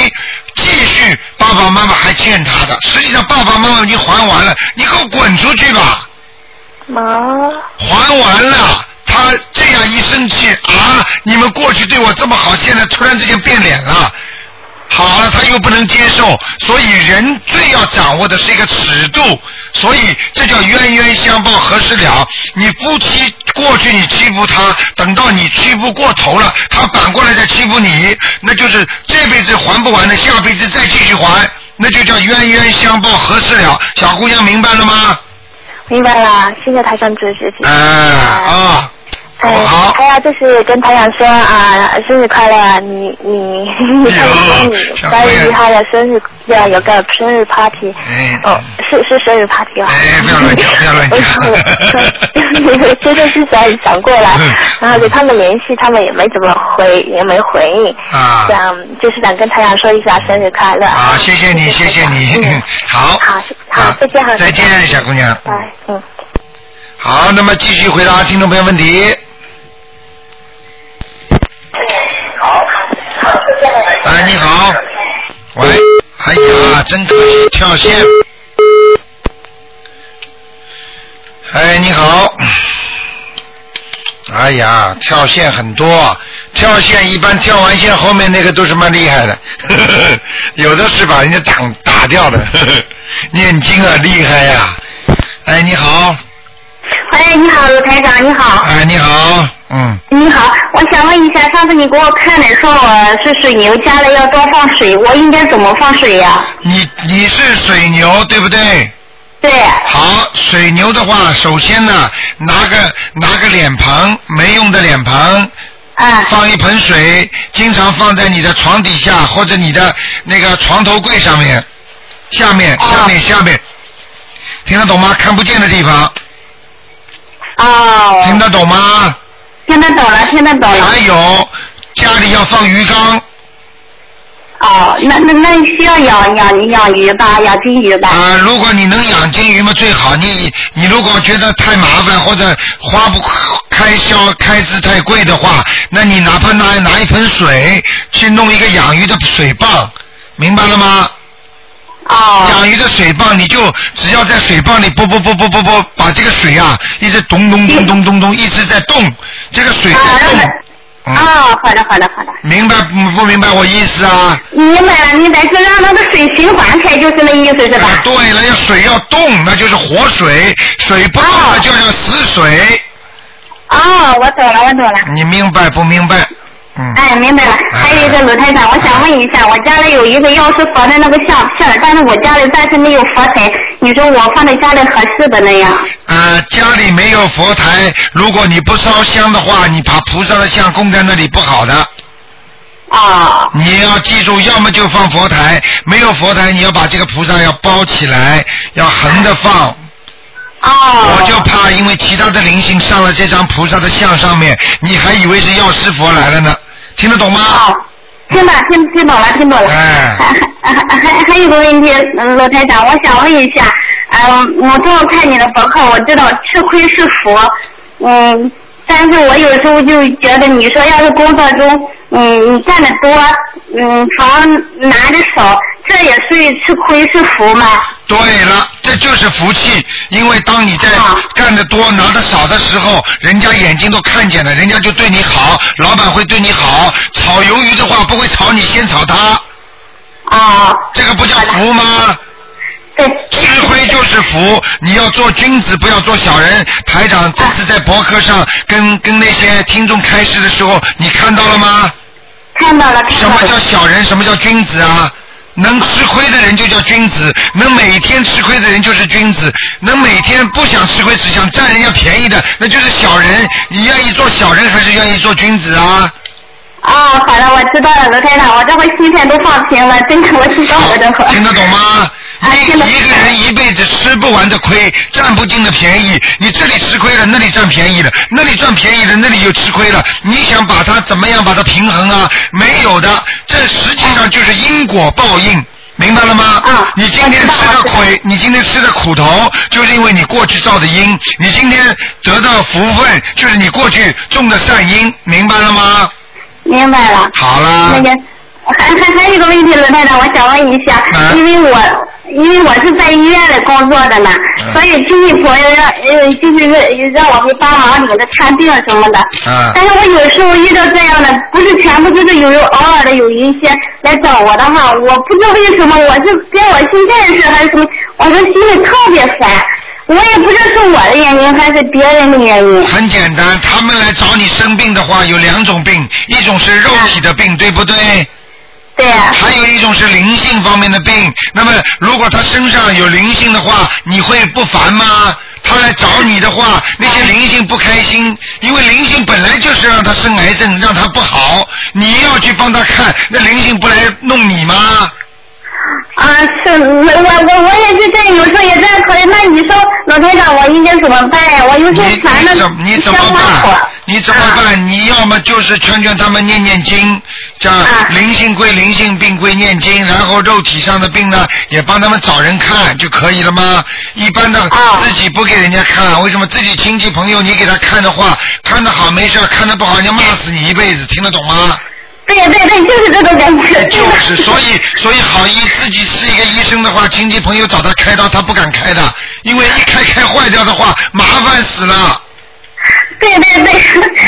S1: 继续爸爸妈妈还欠他的，实际上爸爸妈妈已经还完了，你给我滚出去吧，
S5: 哦，
S1: 还完了。他这样一生气啊，你们过去对我这么好，现在突然之间变脸了，好了，他又不能接受，所以人最要掌握的是一个尺度，所以这叫冤冤相报何时了？你夫妻过去你欺负他，等到你欺负过头了，他反过来再欺负你，那就是这辈子还不完的，下辈子再继续还，那就叫冤冤相报何时了？小姑娘明白了吗？
S5: 明白了，谢谢台长指指
S1: 哎
S5: 点。
S1: 啊，
S5: 哎
S1: 好不好？
S5: 还有就是跟台长说啊，生日快乐！你你你
S1: 哎
S5: [laughs] 看说你
S1: 小
S5: 八
S1: 姑娘
S5: 月一号的生日要有个生日 party，
S1: 哎
S5: 哦，是是生日 party 哦。
S1: 哎不要乱讲不要乱讲
S5: [laughs] 我真的是想想过来
S1: 嗯，
S5: 然后给他们联系，他们也没怎么回，也没回应。
S1: 啊
S5: 想就是想跟台长说一下生日快乐。
S1: 啊，谢谢你，谢谢你 [laughs]
S5: 嗯，
S1: 好，
S5: 好好
S1: 啊
S5: 再见好
S1: 再见，小姑娘，
S5: 拜，嗯。
S1: 好，那么继续回答听众朋友问题。好。哎，你好。喂。哎呀，真可惜，跳线。哎，你好。哎呀，跳线很多，跳线一般跳完线后面那个都是蛮厉害的，有的是把人家打打掉的，念经啊厉害呀、哎，你好。
S3: 喂，你好，罗台长，你好，
S1: 哎，你好，嗯，
S3: 你好，我想问一下，上次你给我看的说我是水牛，家里要多放水，我应该怎么放水呀、
S1: 你你是水牛对不对？
S3: 对，
S1: 好，水牛的话，首先呢，拿个拿个脸盆，没用的脸盆，
S3: 嗯，
S1: 放一盆水，经常放在你的床底下或者你的那个床头柜上面，下面下面下面，听得懂吗？看不见的地方，
S3: 哦，
S1: 听得懂吗？
S3: 听得懂了，听得懂了
S1: 还，有家里要放鱼缸
S3: 哦，那那那需要养养养鱼吧，养金鱼吧，
S1: 啊、如果你能养金鱼嘛最好，你你如果觉得太麻烦或者花不开销开支太贵的话，那你哪怕拿拿一盆水去弄一个养鱼的水泵，明白了吗？
S3: 哦，
S1: 养鱼的水泵，你就只要在水泵里啵啵啵啵啵啵，把这个水啊一直咚咚咚咚咚咚一直在动，这个水
S3: 啊
S1: 在
S3: 让
S1: 动
S3: 它，
S1: 嗯，
S3: 哦，好的好的好的，
S1: 明白不明白我意思啊？
S3: 明白了明白，就让那个水循环开，就是那意思是吧？
S1: 对了，要水要动，那就是活水，水不动那就叫死水。嗯
S3: 哦，我懂了我懂了。
S1: 你明白不明白？嗯。
S3: 哎，明白了。还有一个鲁台长，我想问一下，我家里有一个药师佛的那个相片儿，但是我家里暂时没有佛台，你说我放在家里合适不那样？
S1: 呃，家里没有佛台，如果你不烧香的话，你把菩萨的像供在那里不好的。
S5: 哦
S3: 啊、
S1: 你要记住，要么就放佛台，没有佛台，你要把这个菩萨要包起来，要横着放，
S3: 哦，
S5: 哦。
S1: 我就怕因为其他的灵性上了这张菩萨的像上面，你还以为是药师佛来了呢，听得懂吗？
S5: 哦，听懂听听懂了听懂了。
S1: 啊哎
S5: [laughs] 还还还还有个问题，嗯罗台长，我想问一下，嗯，我正好看你的博客，我知道吃亏是福，嗯，但是我有时候就觉得你说要是工作中，嗯，你赚的多，嗯，反而拿的少，这也属于吃亏是福吗？
S1: 对了，这就是福气，因为当你在
S5: 啊
S1: 干得多、拿得少的时候，人家眼睛都看见了，人家就对你好，老板会对你好。炒鱿鱼的话不会炒你，先炒他，
S5: 哦，
S1: 这个不叫福吗？
S5: 对。
S1: 吃亏就是福，你要做君子，不要做小人。台长这次在博客上跟跟那些听众开示的时候，你看到了吗？
S5: 看到了，
S1: 什
S5: 看到
S1: 么
S5: 了。
S1: 叫小人？什么叫君子啊？能吃亏的人就叫君子，能每天吃亏的人就是君子，能每天不想吃亏只想占人家便宜的，那就是小人。你愿意做小人还是愿意做君子啊？
S5: 哦，好的，我知道了，罗台长，我这回心态都放平了，真的，我知道了这回。
S1: 听得懂吗？
S5: 啊
S1: 一
S5: 听得懂
S1: 一个人一辈子吃不完的亏，占不尽的便宜。你这里吃亏了，那里占便宜了，那里占便宜了，那里又吃亏了。你想把它怎么样把它平衡啊？没有的，这实际上就是因果报应。明白了吗？
S5: 嗯
S1: 你今天吃的
S5: 我知道我
S1: 亏，你今天吃的苦头，就是因为你过去造的因；你今天得到福分，就是你过去种的善因。明白了吗？
S5: 明白了。
S1: 好啦。
S5: 那个，还还还有一个问题，罗太太，我想问一下，
S1: 啊
S5: 因为我因为我是在医院里工作的嘛，
S1: 嗯
S5: 所以亲戚朋友让呃就是让让我去帮忙领着看病什么的。
S1: 啊
S5: 但是我有时候遇到这样的，不是全部，就是有有偶尔的有一些来找我的话，我不知道为什么，我是跟我现在的事还是什么，我这心里特别烦。我也不知道是我的原因还是别人的原因。
S1: 很简单，他们来找你生病的话，有两种病，一种是肉体的病，对不对？
S5: 对呀、
S1: 还有一种是灵性方面的病。那么，如果他身上有灵性的话，你会不烦吗？他来找你的话，那些灵性不开心，因为灵性本来就是让他生癌症，让他不好。你要去帮他看，那灵性不来弄你吗？
S5: 啊，是，我我我也是这，有时候也这样考虑。那你说，老台长，我应该怎么办呀？我有时
S1: 你
S5: 候
S1: 你
S5: 烦的
S1: 怎你怎么办？你怎么
S5: 啊
S1: 办？你要么就是劝劝他们念念经，这样
S5: 啊
S1: 灵性归灵性，病归念经，然后肉体上的病呢，也帮他们找人看就可以了吗？一般的
S5: 啊
S1: 自己不给人家看，为什么自己亲戚朋友你给他看的话，看的好没事，看的不好人家骂死你一辈子，听得懂吗？
S5: 对对对，就是这种感觉。
S1: 就是，所以所以好医自己是一个医生的话，亲戚朋友找他开刀他不敢开的，因为一开开坏掉的话麻烦死了。
S5: 对对对。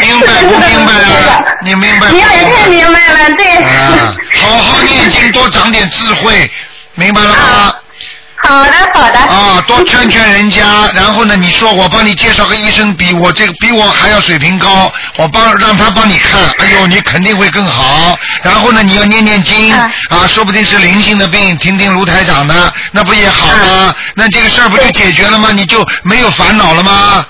S1: 明
S5: [laughs]
S1: 白不明白啊？你明白不
S5: 你
S1: 明
S5: 要
S1: 白？
S5: 也太明白了，对。
S1: 啊，好好念经，多长点智慧，明白了吗？
S5: [laughs] 好的好的。
S1: 啊，多劝劝人家，然后呢，你说我帮你介绍个医生，比我这个比我还要水平高，我帮让他帮你看，哎呦，你肯定会更好。然后呢，你要念念经
S5: 啊
S1: 啊，说不定是灵性的病，听听卢台长的，那不也好吗？
S5: 啊
S1: 那这个事儿不就解决了吗？你就没有烦恼了吗？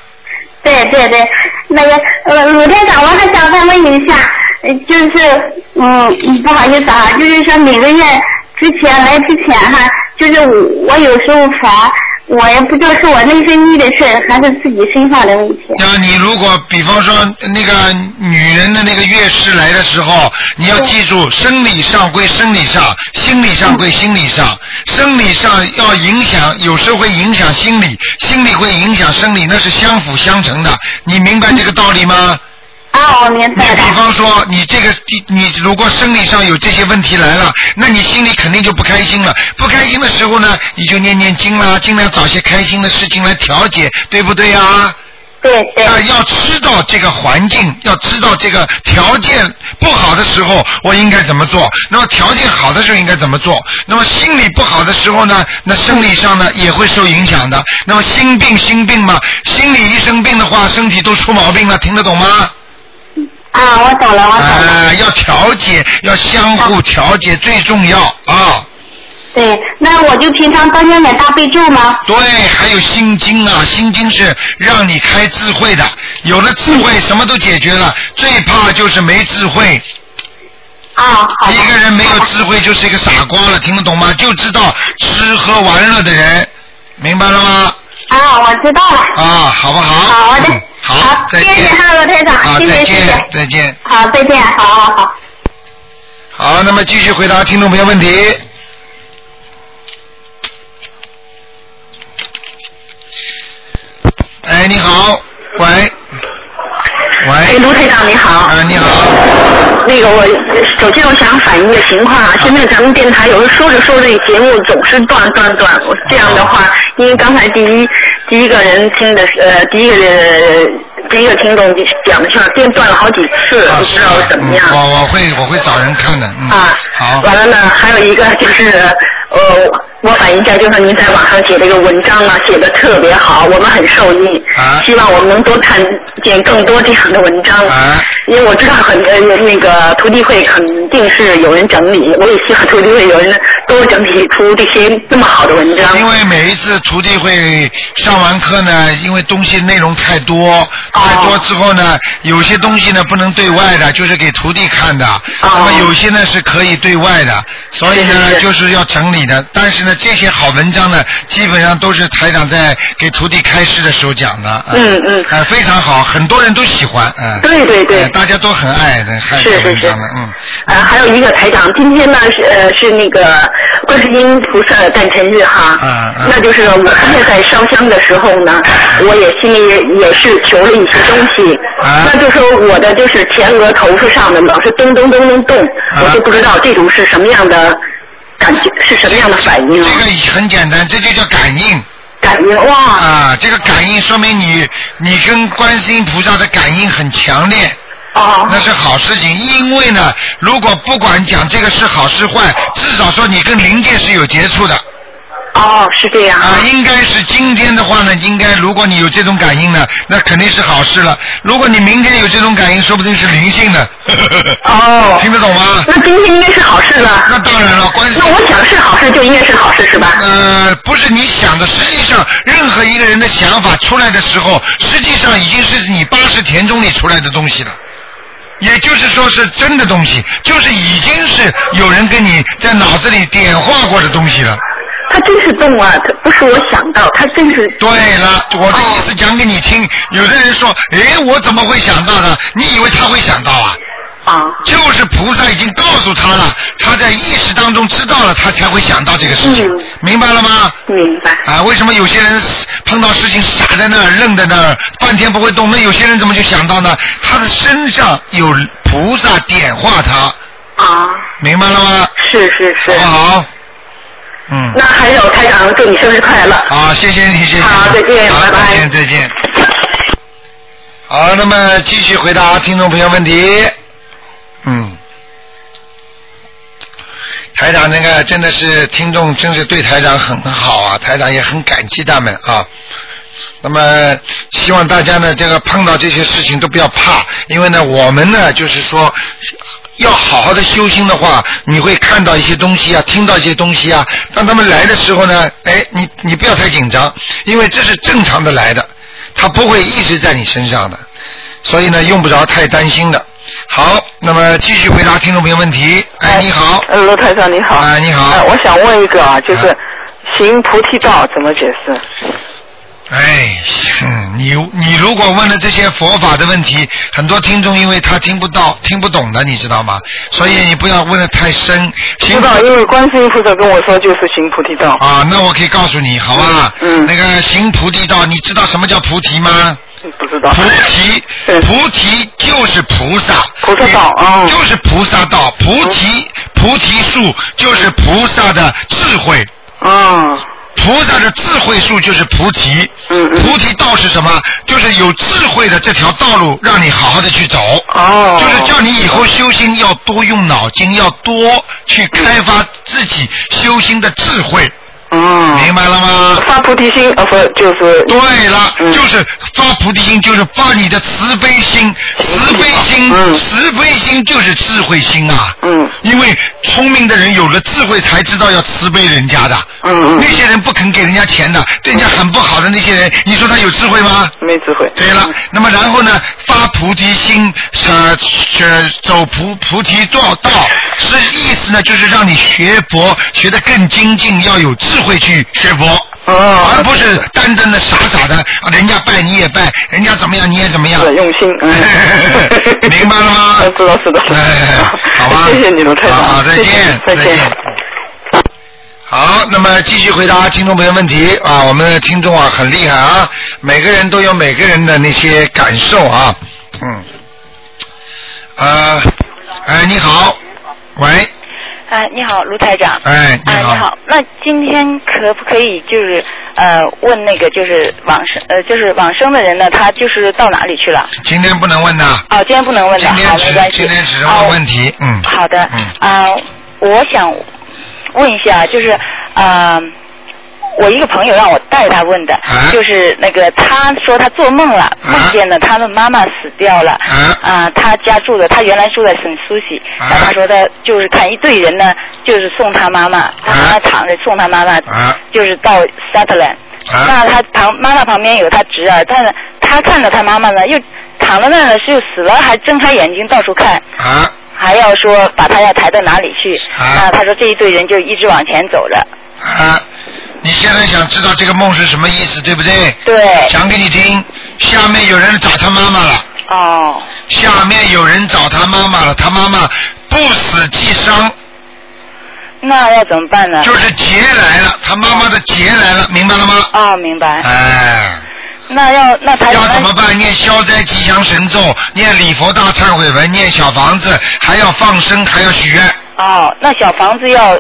S5: 对对对，那个呃，鲁队长，我还想再问一下，呃就是嗯，不好意思啊，就是说每个月之前来之前哈，就是我我有时候烦，我也不知道是我内分泌的事儿还是自己身上的问题。
S1: 像你如果比方说那个女人的那个月事来的时候，你要记住，生理上归生理上，心理上归心理上，生理上要影响，有时候会影响心理，心理会影响生理，那是相辅相成的。你明白这个道理吗？
S5: 啊，我明
S1: 你
S5: 白了。
S1: 比方说，你这个你你如果生理上有这些问题来了，那你心里肯定就不开心了。不开心的时候呢，你就念念经啦，尽量找些开心的事情来调节，对不对啊？
S5: 对对
S1: 啊，要知道这个环境，要知道这个条件不好的时候，我应该怎么做？那么条件好的时候应该怎么做？那么心理不好的时候呢？那生理上呢也会受影响的。那么心病心病嘛，心理一生病的话，身体都出毛病了，听得懂吗？
S5: 啊，我懂了，我
S1: 啊、
S5: 懂了。
S1: 要调节，要相互调节，最重要啊。
S5: 对，那我就平常当心点大悲咒吗？
S1: 对，还有心经啊，心经是让你开智慧的，有了智慧什么都解决了，最怕就是没智慧。
S5: 啊，好的。
S1: 一个人没有智慧就是一个傻瓜了，听得懂吗？就知道吃喝玩乐的人，明白了吗？
S5: 啊，我知道了。
S1: 啊，好不好？
S5: 好的
S1: 嗯好，再
S5: 谢谢
S1: 见。
S5: 哈罗台
S1: 啊，
S5: 长，谢
S1: 再
S5: 谢谢谢，
S1: 见，再见。
S5: 好，再见，好好好。
S1: 好，那么继续回答听众朋友问题。哎，你好，喂，喂，
S3: 卢台长你好，
S1: 啊，你好，
S3: 那个我首先我想反映个情况啊，现在咱们电台有时候说着说着节目总是断断断，我这样的话，因为刚才第一第一个人听的是呃第一个人第一个听众讲的是电断了好几次，
S1: 啊，
S3: 不
S1: 是
S3: 知
S1: 啊
S3: 道怎么样
S1: 嗯、。我我会我会找人看的，嗯，
S3: 啊，
S1: 好，
S3: 完了呢，还有一个就是，呃，我反映一下，就是您在网上写这个文章啊，写的特别好，我们很受益。
S1: 啊
S3: 希望我们能多看见更多这样的文章。
S1: 啊
S3: 因为我知道很呃那个徒弟会肯定是有人整理，我也希望徒弟会有人多整理出这些那么好的文章。
S1: 因为每一次徒弟会上完课呢，因为东西内容太多，太多之后呢，有些东西呢不能对外的，就是给徒弟看
S3: 哦
S1: 的。那么有些呢是可以对外的，所以呢
S3: 是是是
S1: 就是要整理的。但是呢，这些好文章呢，基本上都是台长在给徒弟开示的时候讲的。
S3: 嗯嗯
S1: 哎、非常好，很多人都喜欢，嗯、
S3: 对对对。
S1: 哎大家都很爱的，看这
S3: 是
S1: 个
S3: 是
S1: 文章的，
S3: 是
S1: 嗯。
S3: 呃，还有一个台长，今天呢是呃是那个观世音菩萨的诞辰日哈，
S1: 嗯嗯
S3: 那就是我今天在烧香的时候呢，我也心里也是求了一些东西，
S1: 啊
S3: 那就说我的就是前额头发上的老是咚咚咚咚动，
S1: 啊
S3: 我就不知道这种是什么样的感觉，是什么样的反应
S1: 这
S3: 啊？
S1: 个很简单，这就叫感应。
S3: 感应哇
S1: 啊，这个感应说明你你跟观世音菩萨的感应很强烈，
S3: 哦
S1: 那是好事情。因为呢，如果不管讲这个是好是坏，至少说你跟灵界是有接触的
S3: 哦是这样
S1: 啊。应该是今天的话呢，应该如果你有这种感应呢，那肯定是好事了。如果你明天有这种感应，说不定是灵性的。
S3: 哦，
S1: [laughs] 听得懂吗？
S3: 那今天应该是好事了，
S1: 那当然了，观世
S3: 那我想是好事就应该是好事是吧？
S1: 呃，不是你想的，实际上任何一个人的想法出来的时候，实际上已经是你八十田中里出来的东西了。也就是说是真的东西，就是已经是有人跟你在脑子里点化过的东西了。
S3: 他真是动啊，他不是我想到，他真是
S1: 对了，
S3: 哦
S1: 我的意思讲给你听。有的人说，诶，我怎么会想到呢？你以为他会想到啊？
S3: 啊
S1: 就是菩萨已经告诉他了，他在意识当中知道了，他才会想到这个事情，
S3: 嗯
S1: 明白了吗？
S3: 明白
S1: 啊，为什么有些人碰到事情傻在那儿愣在那儿半天不会动？那有些人怎么就想到呢？他的身上有菩萨点化他，
S3: 啊，
S1: 明白了吗？
S3: 是是是
S1: 好不。好？嗯
S3: 那，还有台长，祝你生日快乐。
S1: 好，谢谢你，谢谢你。
S3: 好再见
S1: 好
S3: 拜拜
S1: 再见，再见。好，那么继续回答听众朋友问题。嗯，台长那个真的是听众，真是对台长很好啊，台长也很感激他们啊。那么希望大家呢，这个碰到这些事情都不要怕，因为呢，我们呢就是说。要好好的修心的话，你会看到一些东西啊，听到一些东西啊。当他们来的时候呢，哎，你你不要太紧张，因为这是正常的来的，它不会一直在你身上的，所以呢，用不着太担心的。好，那么继续回答听众朋友问题。哎，你好，
S4: 呃，罗台长你好。
S1: 哎你好
S4: 呃我想问一个啊，就是
S1: 哎
S4: 行菩提道怎么解释？
S1: 哎，嗯，你你如果问了这些佛法的问题，很多听众因为他听不到、听不懂的，你知道吗？所以你不要问的太深。
S4: 知道，因为观世音菩萨跟我说就是行菩提道。
S1: 啊，那我可以告诉你，好吧？
S4: 嗯嗯
S1: 那个行菩提道，你知道什么叫菩提吗？
S4: 不知道。
S1: 菩提，
S4: 对
S1: 菩提就是菩萨，
S4: 菩萨道嗯哦
S1: 就是菩萨道，菩提菩提树就是菩萨的智慧，
S4: 嗯
S1: 菩萨的智慧树就是菩提，
S4: 嗯嗯。
S1: 菩提道是什么？就是有智慧的这条道路，让你好好的去走。
S4: 哦。
S1: 就是叫你以后修心要多用脑筋，要多去开发自己修心的智慧，
S4: 嗯。
S1: 明白了吗？
S4: 发菩提心，呃，不就是
S1: 对了，
S4: 嗯
S1: 就是发菩提心，就是发你的慈悲心，慈悲心，
S4: 嗯
S1: 慈悲心就是智慧心啊。
S4: 嗯
S1: 因为聪明的人有了智慧，才知道要慈悲人家的。
S4: 嗯嗯
S1: 那，些人不肯给人家钱的，对人家很不好的那些人，你说他有智慧吗？
S4: 没智慧。
S1: 对了，那么然后呢，发菩提心，呃，呃走菩菩提做道，是意思呢，就是让你学佛学得更精进，要有智智慧去学佛，
S4: 哦
S1: 而不是单单的傻傻的，人家拜你也拜，人家怎么样你也怎么样，
S4: 用心，嗯
S1: [laughs] 明白了
S4: [laughs]
S1: 吗？
S4: 知道知道，
S1: 哎好吧，
S4: [laughs] 谢谢你卢台长
S1: 好，再
S4: 谢谢
S1: 见，
S4: 再见
S1: 好，那么继续回答听众朋友问题啊，我们的听众啊很厉害啊，每个人都有每个人的那些感受啊，嗯，呃，哎，你好，喂，
S3: 哎，你好，卢台长。
S1: 哎，你
S3: 啊，
S1: 好，
S3: 你好，那今天可不可以就是呃问那个就是往生呃就是往生的人呢，他就是到哪里去了？
S1: 今天不能问的，
S3: 哦，今天不能问的，
S1: 今天
S3: 好，没
S1: 只
S3: 关系。
S1: 今天只是问问题，嗯，
S3: 哦。好的，啊、我想问一下，就是啊、呃我一个朋友让我代他问的，
S1: 啊
S3: 就是那个他说他做梦了，梦见了他的妈妈死掉了，啊、他家住的，他原来住在省苏西，
S1: 啊
S3: 然后他说他就是看一队人呢，就是送他妈妈，他妈
S1: 啊
S3: 妈躺着送他妈妈，就是到 Satland，、那
S1: 啊
S3: 他旁妈妈旁边有他侄儿，但是他看着他妈妈呢，又躺在那儿呢，是又死了，还睁开眼睛到处看，
S1: 啊，
S3: 还要说把他要抬到哪里去，啊，他说这一队人就一直往前走着，
S1: 啊，你现在想知道这个梦是什么意思，对不对？
S3: 对。
S1: 讲给你听，下面有人找他妈妈了。
S3: 哦。
S1: 下面有人找他妈妈了，他妈妈不死即伤，
S3: 啊那要怎么办呢？
S1: 就是劫来了，他妈妈的劫来了，明白了吗？
S3: 哦，明白。
S1: 哎。
S3: 那要那他
S1: 要怎么办？念消灾吉祥神咒，念礼佛大忏悔文，念小房子，还要放生，还要许愿。
S3: 哦，那小房子要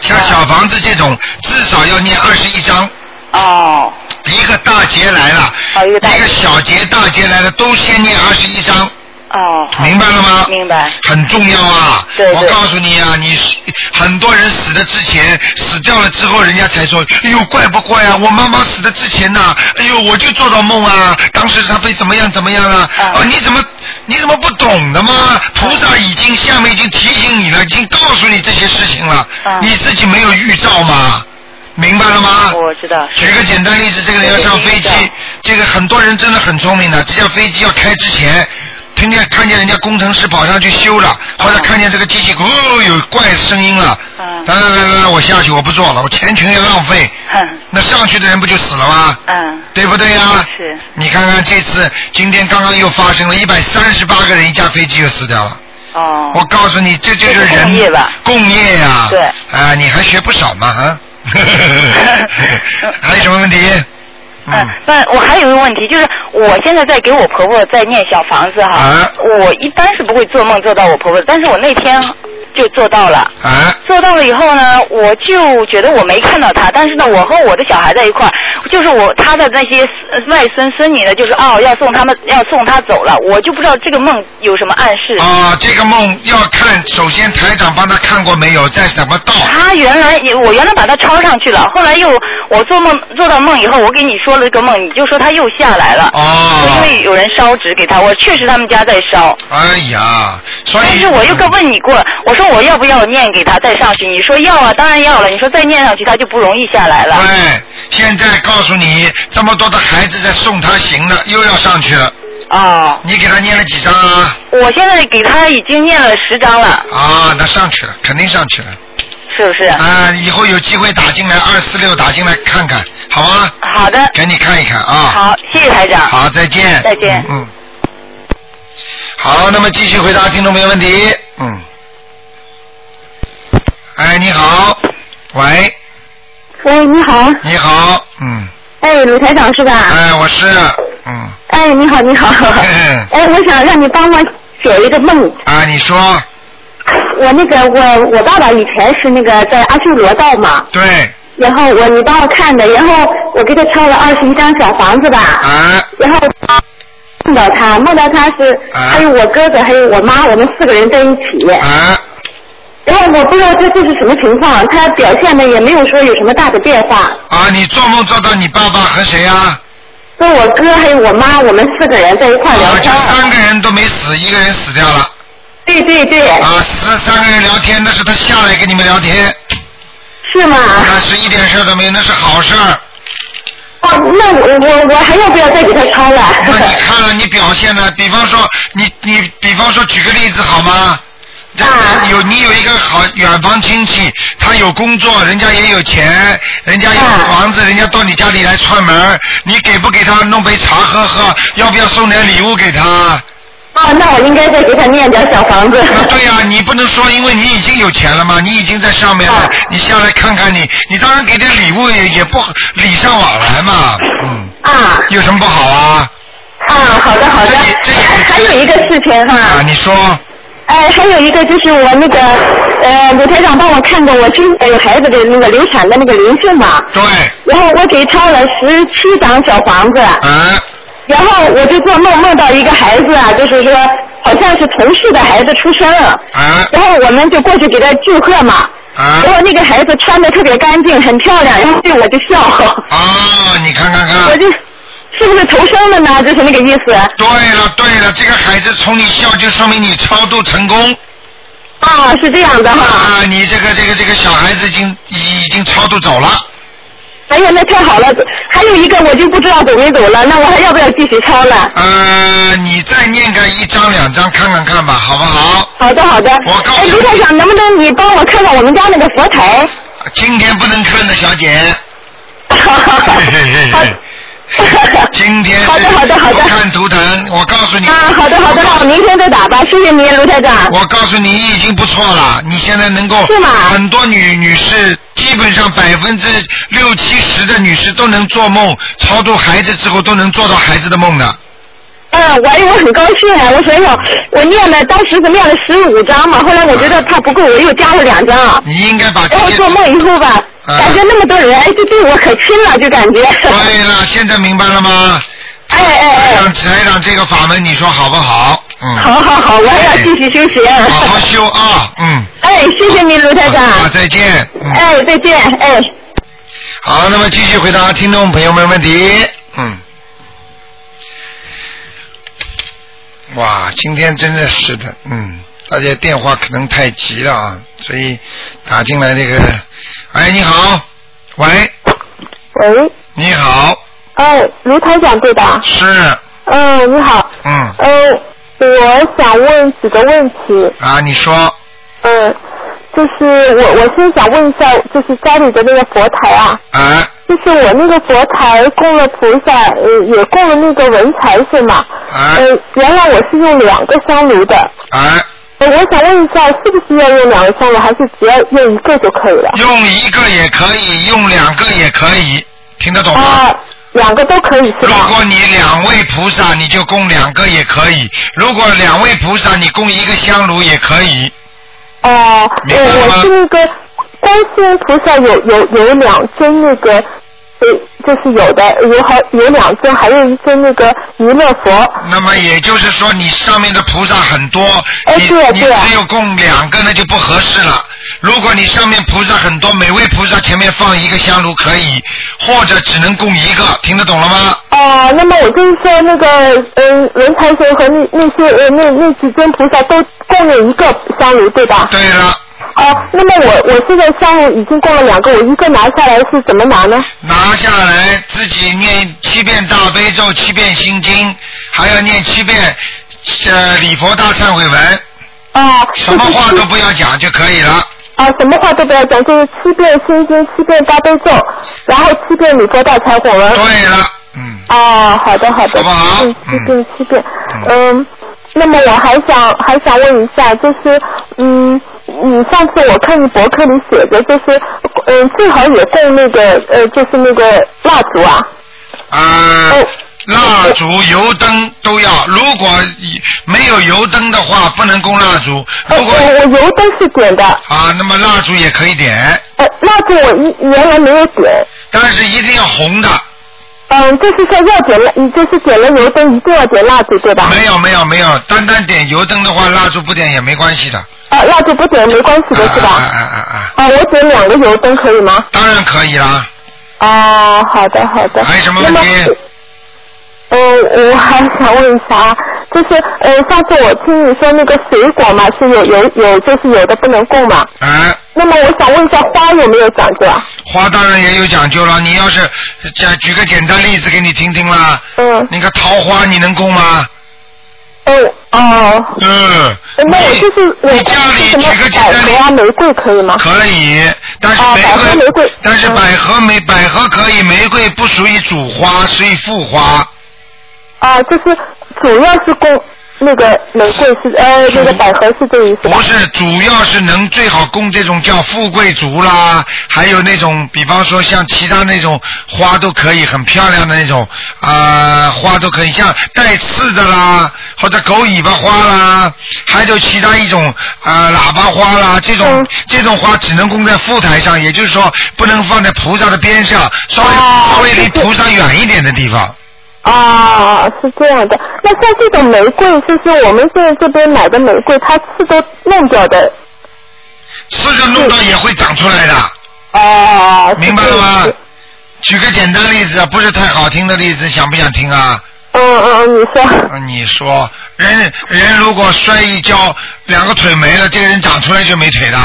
S1: 像
S3: 啊
S1: 小房子这种，至少要念二十一章。
S3: 哦。
S1: 一个大劫来了，
S3: 啊一个
S1: 小劫、大劫来了，都先念二十一章。
S3: 哦。
S1: 明白了吗？
S3: 明白。
S1: 很重要啊！
S3: 对对
S1: 我告诉你啊，你很多人死的之前，死掉了之后，人家才说，哎呦，怪不怪啊？我妈妈死的之前呐、哎呦，我就做到梦啊，当时她被怎么样怎么样了、啊？你怎么你怎么不懂的
S3: 啊
S1: 吗？菩萨已经下面已经提醒你了，已经告诉你这些事情了，
S3: 啊
S1: 你自己没有预兆吗？明白了吗？
S3: 我知道。
S1: 举个简单例子，这个人要上飞机，这个很多人真的很聪明的，这架飞机要开之前，听见看见人家工程师跑上去修了，或者看见这个机器哦有怪声音了，来来来来，我下去我不做了，我钱全也浪费，那上去的人不就死了吗？
S3: 嗯，
S1: 对不对呀？
S3: 是。
S1: 你看看这次，今天刚刚又发生了一百三十八个人一架飞机又死掉了。
S3: 哦。
S1: 我告诉你，这就是
S3: 这是
S1: 人
S3: 共业吧
S1: 共业呀、
S3: 对
S1: 啊，你还学不少嘛
S3: [laughs]
S1: 啊。还有什么问题？
S3: 嗯，那我还有一个问题，就是我现在在给我婆婆在念小房子哈，我一般是不会做梦做到我婆婆，但是我那天就做到了，
S1: 啊
S3: 做到了以后呢，我就觉得我没看到她，但是呢，我和我的小孩在一块儿，就是我她的那些呃外孙孙女呢，就是哦要送他们要送她走了，我就不知道这个梦有什么暗示。
S1: 啊，这个梦要看，首先台长帮他看过没有，在什么道？
S3: 他原来也我原来把它抄上去了，后来又我做梦做到梦以后，我给你说了这个梦，你就说他又下来了。
S1: 哦。
S3: 啊因为有人烧纸给他，我确实他们家在烧。
S1: 哎呀，所以
S3: 但是我又跟问你过，我说我要不要念给他再上去？你说要啊，当然要了。你说再念上去他就不容易下来了。
S1: 对，现在告诉你，这么多的孩子在送他行了，又要上去了。
S3: 哦。
S1: 你给他念了几张啊？
S3: 我现在给他已经念了十章了，
S1: 啊，那上去了，肯定上去了。
S3: 是不是？
S1: [laughs] 啊，以后有机会打进来二四六打进来看看，好吗？
S3: 好的。
S1: 给你看一看啊。
S3: 好，谢谢台长。
S1: 好，再见。
S3: 再见。
S1: 嗯。嗯好，那么继续回答听众朋友问题。嗯。哎，你好，喂，
S5: 喂，你好。
S1: 你好，嗯，
S5: 哎，鲁台长是吧？
S1: 哎，我是，嗯，
S5: 哎，你好，你好。哎，我想让你帮我解一个梦。
S1: 啊，你说，
S5: 我那个我我爸爸以前是那个在阿修罗道嘛，
S1: 对，
S5: 然后我你帮我看的，然后我给他抄了二十一张小房子吧，
S1: 啊，
S5: 然后梦到他，梦到他是、还有我哥哥还有我妈，我们四个人在一起。
S1: 啊。
S5: 然后我不知道这这是什么情况，他表现的也没有说有什么大的变化。
S1: 啊，你做梦做到你爸爸和谁啊？
S5: 跟我哥还有我妈，我们啊四个人在一块聊天。
S1: 啊三个人都没死，一个人死掉了。
S5: 对对对。
S1: 啊，三三个人聊天，那是他下来跟你们聊天。
S5: 是吗？
S1: 那是一点事儿都没有，那是好事儿。
S5: 哦，那我我我还要不要再给他抄了？ [laughs]
S1: 那你看了你表现呢？比方说，你你比方说，举个例子好吗？
S5: 啊
S1: 这有你有一个好远房亲戚，他有工作，人家也有钱，人家有
S5: 啊
S1: 房子，人家到你家里来串门，你给不给他弄杯茶喝喝？要不要送点礼物给他？
S6: 啊，那我应该再给他念点小房子。
S1: 啊对呀、你不能说因为你已经有钱了嘛，你已经在上面
S6: 啊
S1: 了，你下来看看你，你当然给点礼物也也不礼尚往来嘛，嗯。
S6: 啊。
S1: 有什么不好啊？
S6: 啊，好的好的。还有一个事情哈。
S1: 啊，你说。
S6: 哎，还有一个就是我那个呃，鲁台长帮我看过我今
S3: 哎
S6: 有孩子的那个流产的那个灵性嘛。
S1: 对。
S6: 然后我给抄了十七张小房子。
S1: 啊。
S6: 然后我就做梦梦到一个孩子啊，就是说好像是同事的孩子出生了。
S1: 啊。
S6: 然后我们就过去给他祝贺嘛。
S1: 啊。
S6: 然后那个孩子穿的特别干净，很漂亮，然后对我就笑。
S1: 啊，你看看看。
S6: 我就是不是投生了呢？就是那个意思。
S1: 对了对了，这个孩子冲你笑，就说明你超度成功。
S6: 啊，是这样的哈。
S1: 啊，你这个这个这个小孩子已经已已经超度走了。
S6: 哎呀，那太好了！还有一个我就不知道走没走了，那我还要不要继续抄了？
S1: 呃，你再念个一张两张看看看吧，好不好？
S6: 好的好的。
S1: 我告
S6: 哎，
S1: 诉
S6: 卢台长，能不能你帮我看看我们家那个佛台？ [laughs]
S1: 你，今天不能看的，小姐。今天
S6: 好的好的好的
S1: 不看图腾，我告诉你。
S6: 啊，好的好的，那我明天再打吧，谢谢您，卢台长。
S1: 我告诉你，你已经不错了。你现在能够
S6: 是吗
S1: 很多女女士，基本上百分之六七十的女士都能做梦，超度孩子之后都能做到孩子的梦的。
S6: 嗯，我我很高兴啊！我想想，我念了当时是念了十五章嘛，后来我觉得怕不够，我又加了两章。
S1: 你应该把这
S6: 然后
S1: 些
S6: 哦做梦以后吧，
S1: 啊
S6: 感觉那么多人，哎，就对我可亲了，就感觉。
S1: 对了，现在明白了吗？
S6: 哎哎
S1: 哎！台长，台长这个法门，你说好不好？嗯。
S6: 好好好，我还要继续修行。
S1: 好好修啊，嗯。
S6: 哎，谢谢您，卢台长。
S1: 啊，再见。嗯。
S6: 哎，再见，哎。
S1: 好，那么继续回答听众朋友们问题。嗯。哇，今天真的是的，嗯，大家电话可能太急了啊，所以打进来那个，哎，你好，喂，
S5: 喂，
S1: 你好，
S5: 哎，卢台长对吧？
S1: 是，
S5: 嗯，你好，
S1: 嗯，
S5: 嗯，我想问几个问题，
S1: 啊，你说，
S5: 嗯，就是我我先想问一下，就是家里的那个佛台啊，
S1: 啊，
S5: 就是我那个佛台供了菩萨，呃，也供了那个文财是吗？
S1: 啊，
S5: 呃，原来我是用两个香炉的，
S1: 啊，
S5: 呃，我想问一下，是不是要用两个香炉，还是只要用一个就可以了？
S1: 用一个也可以，用两个也可以，听得懂吗？
S5: 啊，两个都可以是
S1: 如
S5: 吧？
S1: 果你两位菩萨，你就供两个也可以；如果两位菩萨，你供一个香炉也可以。
S5: 哦、呃，
S1: 明白了
S5: 我
S1: 吗
S5: 是那个观世音菩萨有有有两尊那个，呃，就是有的有好有两尊，还有一尊那个弥勒佛。
S1: 那么也就是说，你上面的菩萨很多，你
S5: 对啊
S1: 你
S5: 对啊
S1: 只有供两个那就不合适了。如果你上面菩萨很多，每位菩萨前面放一个香炉可以，或者只能供一个，听得懂了吗？
S5: 哦、那么我就是说那个嗯，文财神和那那些呃那那几尊菩萨都供了一个香炉，对吧？
S1: 对了，
S5: 哦、那么我我现在香炉已经供了两个，我一个拿下来是怎么拿呢？
S1: 拿下来自己念七遍大悲咒，七遍心经，还要念七遍呃礼佛大忏悔文，
S5: 哦、
S1: 什么话都不要讲就可以了。
S5: 啊，什么话都不要讲，就是七遍心经，七遍大悲咒，然后七遍礼佛大忏悔文。
S1: 对了，嗯。
S5: 哦，好的好的，嗯，七遍七遍，嗯。那么我还想还想问一下，就是嗯，你上次我看你博客里写的，就是嗯，最好也供那个呃，就是那个蜡烛啊。
S1: 啊，
S5: 哎
S1: 蜡烛、油灯都要。如果以没有油灯的话，不能供蜡烛。如果
S5: 呃我我油灯是点的，
S1: 啊，那么蜡烛也可以点，
S5: 呃，蜡烛我一原来没有点，
S1: 但是一定要红的。
S5: 嗯，就是说要点蜡，你就是点了油灯一定要点蜡烛对吧？
S1: 没有没有没有，单单点油灯的话，蜡烛不点也没关系的。
S5: 啊，蜡烛不点没关系的是吧？
S1: 啊啊啊啊！
S5: 啊，我点两个油灯可以吗？
S1: 当然可以啦。
S5: 哦，好的好的。
S1: 还有什么问题
S5: 那么？呃，我还想问一下啊，就是呃，上次我听你说那个水果嘛，是有有有，就是有的不能供嘛。
S1: 啊，
S5: 那么我想问一下，花有没有讲究啊？
S1: 花当然也有讲究了。你要是讲举个简单例子给你听听啦。
S5: 嗯。
S1: 那个桃花你能供吗？
S5: 哦哦，
S1: 嗯，
S5: 那我就是我就是什么百合啊、玫瑰可以吗？
S1: 可以，但是
S5: 啊，
S1: 玫
S5: 百合
S1: 瑰，
S5: 玫瑰，嗯
S1: 但是百合没百合可以，玫瑰不属于主花，属于副花。
S5: 啊，就是主要是供那个玫瑰是呃那个百合是这个意思吧
S1: 不？是，主要是能最好供这种叫富贵竹啦，还有那种，比方说像其他那种花都可以，很漂亮的那种啊、花都可以，像带刺的啦，或者狗尾巴花啦，还有其他一种啊、喇叭花啦，这种、这种花只能供在副台上，也就是说不能放在菩萨的边上，稍微、稍微离菩萨远一点的地方。
S5: 啊，是这样的。那像这种玫瑰，就是我们现在这边买的玫瑰，它刺都弄掉的。
S1: 刺就弄到也会长出来的。
S5: 哦。
S1: 明白了吗？举个简单例子，不是太好听的例子，想不想听啊？
S5: 嗯嗯嗯，你说。
S1: [laughs] 嗯，你说，人人如果摔一跤，两个腿没了，这个人长出来就没腿的。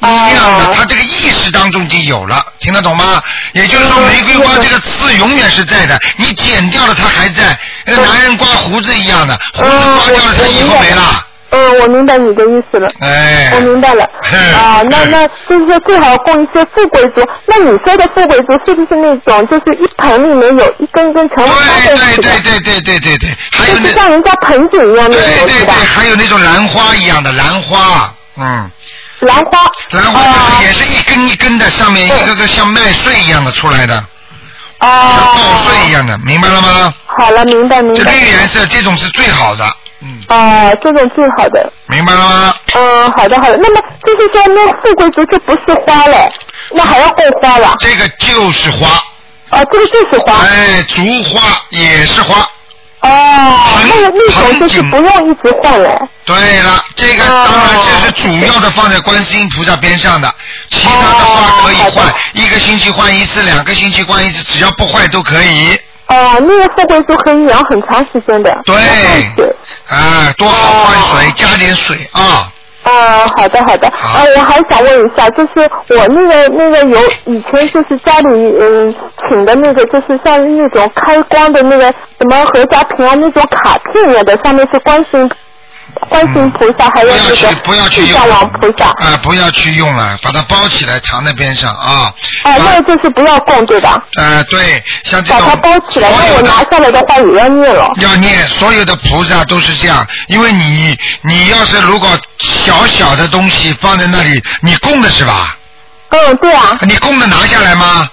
S1: 一样的，他这个意识当中就有了，听得懂吗？也就是说，玫瑰花这个刺永远是在的，你剪掉了它还在，那个男人刮胡子一样的，胡子刮掉了它以后没了。
S5: 嗯，我明白你的意思
S1: [laughs]
S5: 了。
S1: 哎。
S5: 我明
S1: [laughs]
S5: 白了。啊，那那就是说最好供一些富贵竹。那你说的富贵竹是不是那种就是一盆里面有一根根长长的？
S1: 对对对对对对对，还有
S5: 就
S1: 那
S5: 是像人家盆景一样那种，是吧？
S1: 还有那种兰花一样的兰花，嗯。
S5: 兰花。
S1: 兰花
S5: 哦啊
S1: 就是也是一根一根的，上面一个个像麦穗一样的出来的。
S5: 啊。
S1: 像稻穗一样的，明白了吗？
S5: 好了，明白明
S1: 这
S5: 白。
S1: 绿颜色这种是最好的，嗯
S5: 哦，这种最好的。
S1: 明白了吗？
S5: 嗯，好的好的。那么就是说，那富贵竹就不是花嘞，那还要供花了。
S1: 这个就是花。
S5: 哦，这个就是哦花。
S1: 哎，竹花也是花。
S5: 哦，
S1: 哎
S5: 那个那种就是不用一直换嘞。
S1: 对了，这个
S5: 哦
S1: 当然这是主要的放在观世音菩萨边上的，其他的花可以
S5: 哦
S1: 换，一个星期换一次，两个星期换一次，只要不坏都可以。
S5: 哦，那个富贵竹可以养很长时间的。
S1: 对，啊，多好换水，加点水啊。
S5: 哦，好的好的，呃，我还想问一下，就是我那个那个有以前就是家里嗯请的那个，就是像那种开光的那个什么合家平安那种卡片一样的，上面是观世音观世音菩萨，还有那个
S1: 不要去
S5: 地
S1: 用
S5: 藏王菩萨。
S1: 啊，不要去用了，把它包起来藏在边上啊。
S5: 哦，那个就是不要供对吧？
S1: 啊，对，像这
S5: 把
S1: 种
S5: 它包起来，
S1: 所
S5: 那
S1: 有
S5: 我
S1: 的
S5: 拿下来的话也要念了。
S1: 要念所有的菩萨都是这样，因为你你要是如果小小的东西放在那里，你供的是吧？
S5: 嗯，对啊。
S1: 你供的拿下来吗？啊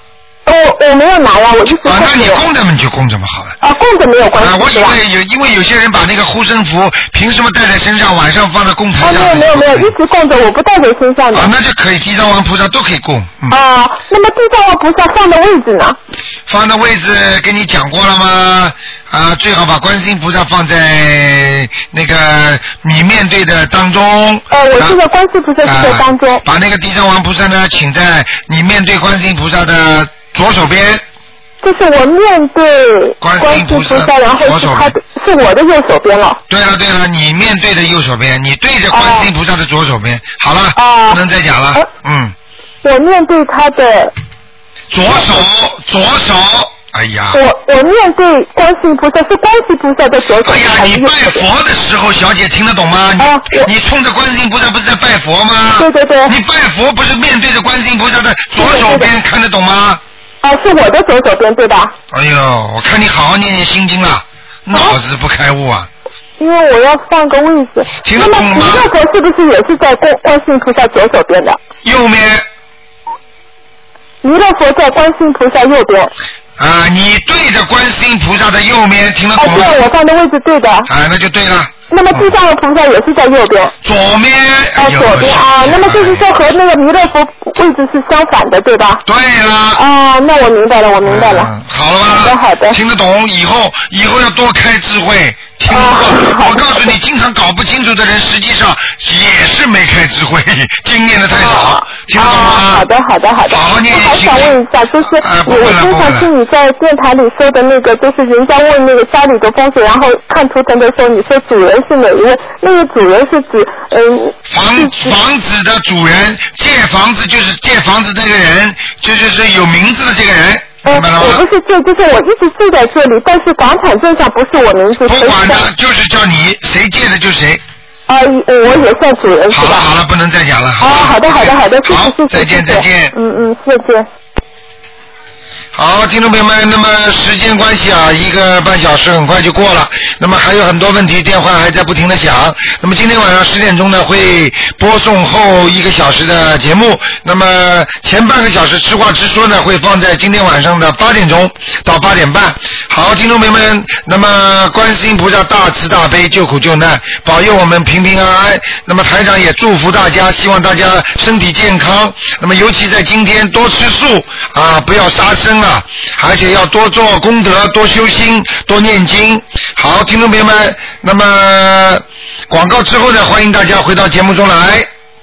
S5: 我我没有拿呀，我就是
S1: 啊，那你供着嘛，你就供着嘛，好了。
S5: 啊，供着没有关系
S1: 啊，我以
S5: 对吧
S1: 为有，因为有些人把那个护身符凭什么带在身上，晚上放在供台
S5: 哦，
S1: 上？
S5: 没有没有没有，一直供着，我不带在身上的。
S1: 嗯啊，那就可以，地藏王菩萨都可以供。嗯，
S5: 哦，那么地藏王菩萨放的位置呢？
S1: 放的位置跟你讲过了吗？啊，最好把观世音菩萨放在那个你面对的当中。
S5: 呃，我
S1: 啊
S5: 这个观世菩萨是在当中。
S1: 把那个地藏王菩萨呢，请在你面对观世音菩萨的左手边。
S5: 就是我面对
S1: 观
S5: 世
S1: 音
S5: 菩
S1: 菩萨
S5: 萨，然后
S1: 左
S5: 是
S1: 手
S5: 他
S1: 边
S5: 的，是我的右手边了。
S1: 对了对了，你面对着右手边，你对着观世音菩萨的左手边。好了，
S5: 哦
S1: 不能再讲了。嗯，
S5: 我面对他的，
S1: 左手左手，哎呀，
S5: 我我面对观世菩萨是观世菩萨的左手
S1: 哎
S5: 边还是右手边？
S1: 佛的时候，小姐听得懂吗？你、你冲着观世音菩萨不是在拜佛吗？
S5: 对对对。
S1: 你拜佛不是面对着观世音菩萨的左手边，看得懂吗？
S5: 啊，是我的左手边对吧？
S1: 哎呦，我看你好好念念心经了，
S5: 哦
S1: 脑子不开悟啊！
S5: 因为我要放个位置。那么弥勒佛是不是也是在观观世菩萨左手边的？
S1: 右面。
S5: 弥勒佛在观世菩萨右边。
S1: 啊，你对着观世音菩萨的右面，听得
S5: 啊，
S1: 懂吗？
S5: 对，我放的位置对的。
S1: 啊，那就对了。
S5: 那么地藏王菩萨也是在右边。
S1: 左面。哎
S5: 啊，
S1: 呦
S5: 左边啊，那么就是说和那个弥勒佛位置是相反的，对吧？
S1: 对了。
S5: 啊，那我明白了，我明白了。
S1: 嗯好了吧？好的，好的。听得懂，以后以后要多开智慧。听
S5: 啊
S1: 得懂，我告诉你，经常搞不清楚的人，实际上也是没开智慧， [laughs] 经验的太少。听得懂吗？
S5: 啊好的，好的，好的。我还想问一下，就是我我经常听你在电台里说的那个，就是人家问那个家里的风水，然后看图腾的时候，你说主人是哪一位？那个主人是指嗯，
S1: 房房子的主人借房子就是借房子那个人，就就是有名字的这个人。
S5: 呃，我不是住，就是我一直住在这里，但是房产证上不是我名字。
S1: 不管的，就是叫你谁借的就谁。
S5: 啊，我也算主人。
S1: 好了好了，不能再讲了。
S5: 啊，好的好的好的，谢谢谢谢。
S1: 再见
S5: 谢谢
S1: 再见
S5: 嗯嗯，谢谢。
S1: 好，听众朋友们，那么时间关系啊，一个半小时很快就过了。那么还有很多问题，电话还在不停的响。那么今天晚上十点钟呢，会播送后一个小时的节目。那么前半个小时直话直说呢，会放在今天晚上的八点钟到八点半。好，听众朋友们，那么观世音菩萨大慈大悲，救苦救难，保佑我们平平安安。那么台长也祝福大家，希望大家身体健康。那么尤其在今天多吃素啊，不要杀生啊，而且要多做功德，多修心，多念经。好，听众朋友们，那么广告之后呢，欢迎大家回到节目中来。